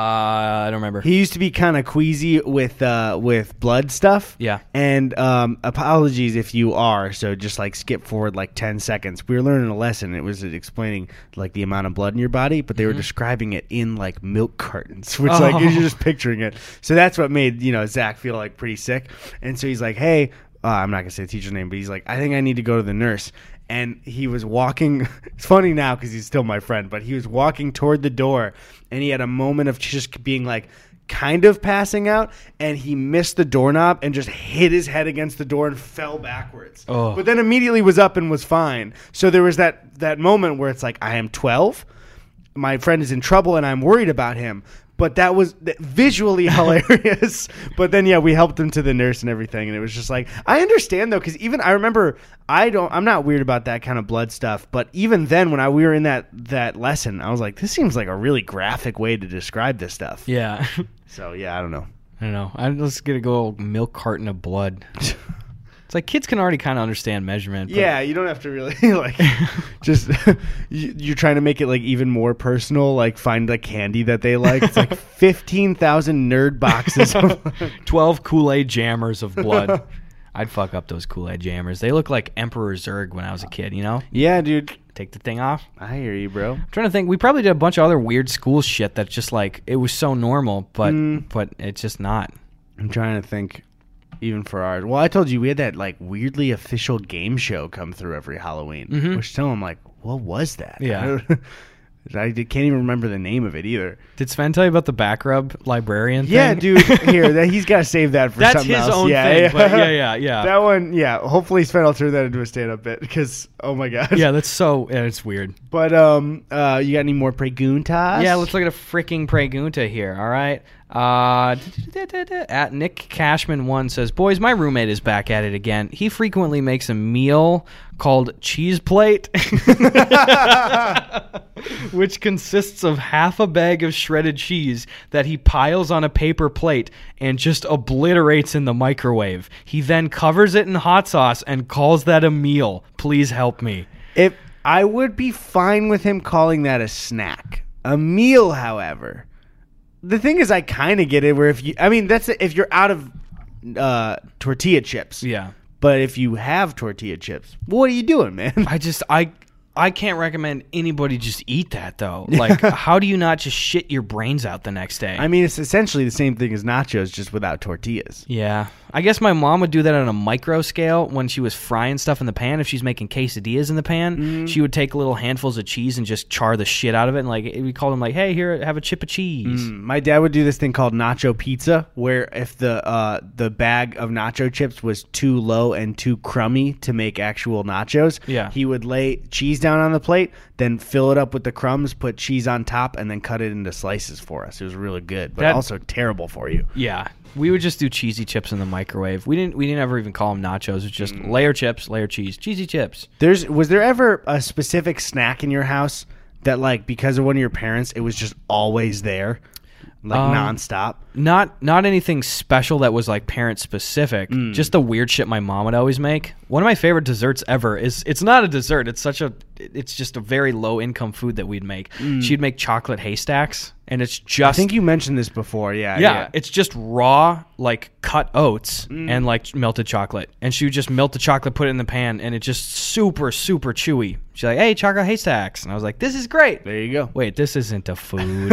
A: I don't remember.
B: He used to be kind of queasy with uh, with blood stuff.
A: Yeah.
B: And um, apologies if you are. So just like skip forward like ten seconds. We were learning a lesson. It was explaining like the amount of blood in your body, but they were describing it in like milk cartons, *laughs* which like
A: Oh.
B: you're just picturing it. So that's what made you know Zach feel like pretty sick. And so he's like, hey. Uh, I'm not gonna say the teacher's name, but he's like, I think I need to go to the nurse. And he was walking. *laughs* It's funny now because he's still my friend, but he was walking toward the door, and he had a moment of just being like, kind of passing out and he missed the doorknob and just hit his head against the door and fell backwards.
A: Oh.
B: But then immediately was up and was fine. So there was that that moment where it's like I am 12. My friend is in trouble and I'm worried about him. But that was th- visually *laughs* hilarious. but then yeah, we helped him to the nurse and everything and it was just like I understand though cuz even I remember I don't I'm not weird about that kind of blood stuff, but even then when I we were in that that lesson, I was like this seems like a really graphic way to describe this stuff.
A: *laughs* yeah.
B: So yeah, I don't know.
A: I don't know. I'm just gonna go milk carton of blood. *laughs* it's like kids can already kind of understand measurement. but-
B: Yeah, you don't have to really *laughs* like just *laughs* you- you're trying to make it like even more personal. Like find the candy that they like. It's *laughs* like fifteen thousand nerd boxes. Of,
A: 12 Kool Aid jammers of *laughs* blood. I'd fuck up those Kool Aid jammers. They look like Emperor Zurg when I was a kid, you know?
B: yeah, dude.
A: Take the thing off.
B: I hear you, bro.
A: I'm trying to think. We probably did a bunch of other weird school shit
B: Mm.
A: that's just like, it was so normal, but but it's just not.
B: I'm trying to think. even for ours. Well, I told you we had that like weirdly official game show come through every Halloween, which still I'm like, what was that?
A: Mm-hmm.
B: *laughs*
A: Yeah.
B: I, don't- I d- can't even remember the name of it either.
A: Did Sven tell you about the back rub librarian?
B: Yeah,
A: thing?
B: dude.
A: *laughs*
B: Here, that he's got to save that for
A: That's
B: something
A: his
B: else.
A: own
B: yeah,
A: thing.
B: Yeah.
A: But
B: *laughs*
A: yeah, yeah, yeah.
B: That one, yeah. Hopefully, Sven will turn that into a stand-up bit because, oh my god.
A: yeah, that's so. Yeah, it's weird.
B: But um, uh, you got any more preguntas?
A: Yeah, let's look at a freaking pregunta here. All right. Uh, *laughs* at Nick Cashman one says, "Boys, my roommate is back at it again. He frequently makes a meal called cheese plate, *laughs* which consists of half a bag of shredded cheese that he piles on a paper plate and just obliterates in the microwave. He then covers it in hot sauce and calls that a meal. Please help me."
B: If I would be fine with him calling that a snack, a meal, however, the thing is, I kind of get it. Where if you, I mean, that's if you're out of uh, tortilla chips.
A: Yeah.
B: But if you have tortilla chips, what are you doing, man? *laughs*
A: I just I I can't recommend anybody just eat that though. *laughs* Like how do you not just shit your brains out the next day?
B: I mean, it's essentially the same thing as nachos, just without tortillas.
A: yeah. I guess my mom would do that on a micro scale when she was frying stuff in the pan. If she's making quesadillas in the pan, she would take little handfuls of cheese and just char the shit out of it. And like we called them like, hey, here, have a chip of cheese.
B: Mm, My dad would do this thing called nacho pizza, where if the uh, the bag of nacho chips was too low and too crummy to make actual nachos,
A: Yeah.
B: he would lay cheese down on the plate, then fill it up with the crumbs, put cheese on top, and then cut it into slices for us. It was really good, but
A: That-
B: also terrible for you.
A: Yeah. We would just do cheesy chips in the microwave. We didn't. We didn't ever even call them nachos. It was just layer chips, layer cheese, cheesy chips.
B: There's was there ever a specific snack in your house that like because of one of your parents, it was just always there, like
A: Um,
B: nonstop.
A: not not anything special that was like parent specific
B: Mm.
A: just the weird shit my mom would always make one of my favorite desserts ever is it's not a dessert it's such a it's just a very low income food that we'd make she'd make chocolate haystacks and it's
B: Mm. I
A: just
B: think you mentioned this before. Yeah, Mm.
A: yeah, it's just raw like cut oats and like melted chocolate and she would just melt the chocolate put it in the pan and it's just super super chewy she's like hey chocolate haystacks and i was like this is great
B: There you go.
A: Wait, this isn't a
B: *laughs*
A: food.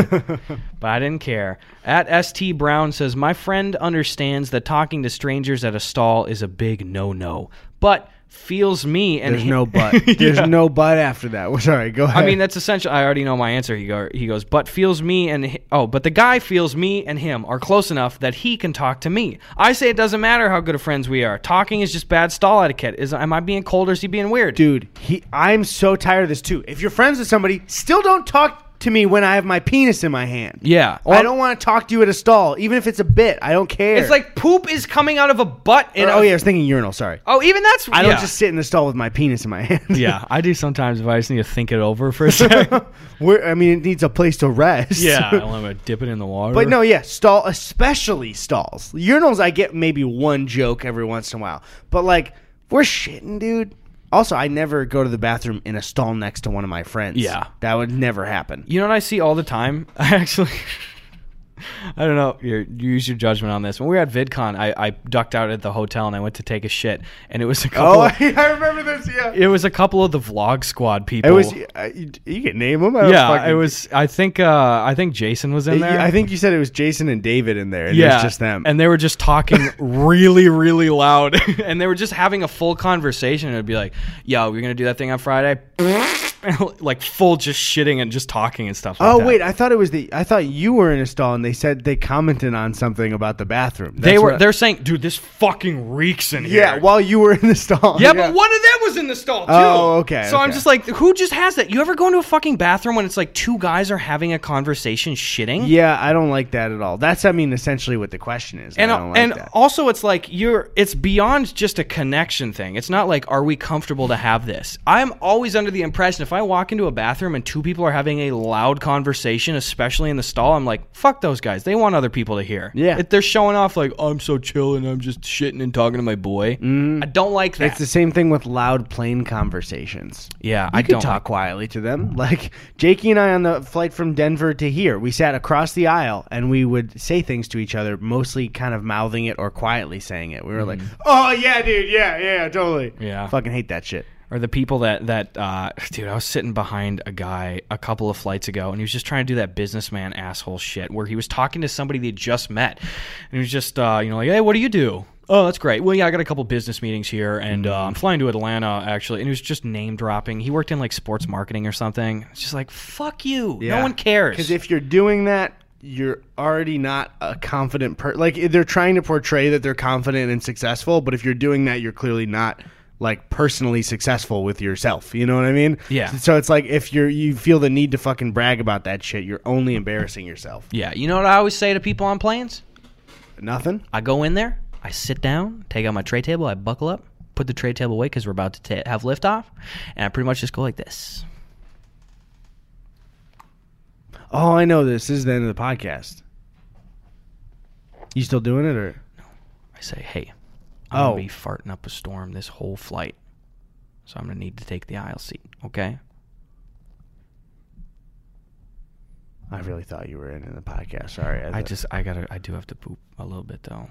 A: but I didn't care. At ST Brown says, My friend understands that talking to strangers at a stall is a big no no, but feels me and
B: There's
A: hi-
B: *laughs*
A: *laughs*
B: no but. There's no but after that. *laughs* Well, sorry, go ahead.
A: I mean, that's essential. I already know my answer. He, go, he goes, but feels me and hi- oh, but the guy feels me and him are close enough that he can talk to me. I say it doesn't matter how good of friends we are. Talking is just bad stall etiquette. Is am I being cold or is he being weird?
B: dude, he. I'm so tired of this too. If you're friends with somebody, still don't talk to me when I have my penis in my hand.
A: Yeah,
B: I don't want to talk to you at a stall, even if it's a bit. I don't care.
A: It's like poop is coming out of a butt. And
B: Or- oh yeah, I was thinking urinal. Sorry,
A: Oh, even that's.
B: I don't
A: yeah.
B: just sit in the stall with my penis in my *laughs* hand.
A: *laughs* yeah, I do sometimes if I just need to think it over *laughs* for a second.
B: We're, I mean, it needs a place to rest. *laughs*
A: want to dip it in the water.
B: But no, yeah, stall, especially stalls. Urinals, I get maybe one joke every once in a while. But like, we're shitting, dude. Also, I never go to the bathroom in a stall next to one of my friends.
A: Yeah.
B: That would never happen.
A: you know what I see all the time? *laughs* I actually. I don't know. Your, you use your judgment on this. When we were at VidCon, I, I ducked out at the hotel and I went to take a shit, and it was a couple.
B: Oh, *laughs* I, remember this, yeah.
A: *laughs* it was a couple of the Vlog Squad people.
B: It was, uh, you, you can name them. I don't
A: yeah,
B: fucking-
A: it was. I think uh, I think Jason was in there.
B: I think you said it was Jason and David in there. And
A: yeah,
B: It was just them.
A: and they were just
B: *laughs*
A: talking really, really loud, *laughs* and they were just having a full conversation. And it'd be like, "Yo, we're gonna do that thing on Friday," *laughs* like full just shitting and just talking and stuff. Like
B: oh,
A: that.
B: wait. I thought it was the, I thought you were in a stall and they said they commented on something about the bathroom.
A: they
B: That's
A: were.
B: what-
A: They're saying, "Dude, this fucking reeks in here."
B: yeah, while you were in the stall.
A: Yeah, but one of them was in the stall too.
B: Oh, okay,
A: So I'm
B: okay.
A: just like, who just has that? You ever go into a fucking bathroom when it's like two guys are having a conversation shitting?
B: Yeah, I don't like that at all. That's, I mean, essentially what the question is.
A: and
B: I don't like
A: and oh,
B: that.
A: also it's like you're it's beyond just a connection thing it's not like are we comfortable
B: Mm.
A: to have this i'm always under the impression if i walk into a bathroom and two people are having a loud conversation especially in the stall i'm like fuck those guys they want other people to hear
B: Yeah.
A: if they're showing off like i'm so chill and i'm just shitting and talking to my boy i don't like that
B: Mm. it's the same thing with loud plane conversations.
A: yeah
B: I
A: i
B: could
A: don't
B: talk quietly to them. *laughs* Like Jakey and I on the flight from Denver to here, we sat across the aisle and we would say things to each other, mostly kind of mouthing it or quietly saying it. We were like, "Oh yeah, dude, yeah, yeah, totally."
A: Mm-hmm. Yeah.
B: fucking hate that shit.
A: or the people that that uh, *laughs* dude i was sitting behind a guy a couple of flights ago and he was just trying to do that businessman asshole shit where he was talking to somebody they just met and he was just uh, you know like hey what do you do "Oh, that's great. Well, yeah, I got a couple business meetings here, and uh, I'm flying to Atlanta actually." And he was just name dropping. He worked in like sports marketing or something. It's just like, "Fuck you. No one cares."
B: Because if you're doing that, you're already not a confident person. Like they're trying to portray that they're confident and successful, but if you're doing that, you're clearly not like personally successful with yourself. You know what I mean?
A: Yeah.
B: So it's like if you're you feel the need to fucking brag about that shit, you're only embarrassing yourself.
A: yeah, you know what I always say to people on planes?
B: Nothing.
A: I go in there, I sit down, take out my tray table, I buckle up, put the tray table away because we're about to ta- have liftoff, and I pretty much just go like this.
B: Oh, I know this. This is the end of the podcast. You still doing it or?
A: I say, "Hey, I'm
B: Oh.
A: gonna be farting up a storm this whole flight, so I'm gonna need to take the aisle seat." Okay.
B: I really thought you were in the podcast. Sorry.
A: I
B: thought-
A: just I gotta I do have to poop a little bit though.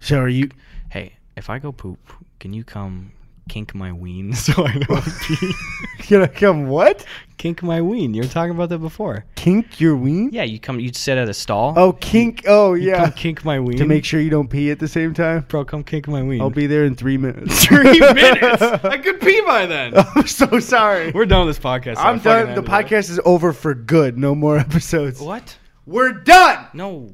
B: So are you? *laughs*
A: Hey, if I go poop, can you come kink my ween *laughs* so I don't pee?
B: Can I come? What?
A: kink my ween. You were talking about that before.
B: Kink your ween?
A: Yeah, you come. You'd sit at a stall.
B: Oh, kink. Oh,
A: You
B: yeah.
A: Come kink my ween
B: To make sure you don't pee at the same time.
A: Bro, come kink my ween.
B: I'll be there in three *laughs* minutes.
A: three minutes. I could pee by then.
B: I'm so sorry.
A: We're done with this podcast. so
B: I'm
A: I fucking
B: done. The
A: ended it.
B: podcast is over for good. No more *laughs* episodes.
A: What?
B: We're done.
A: No.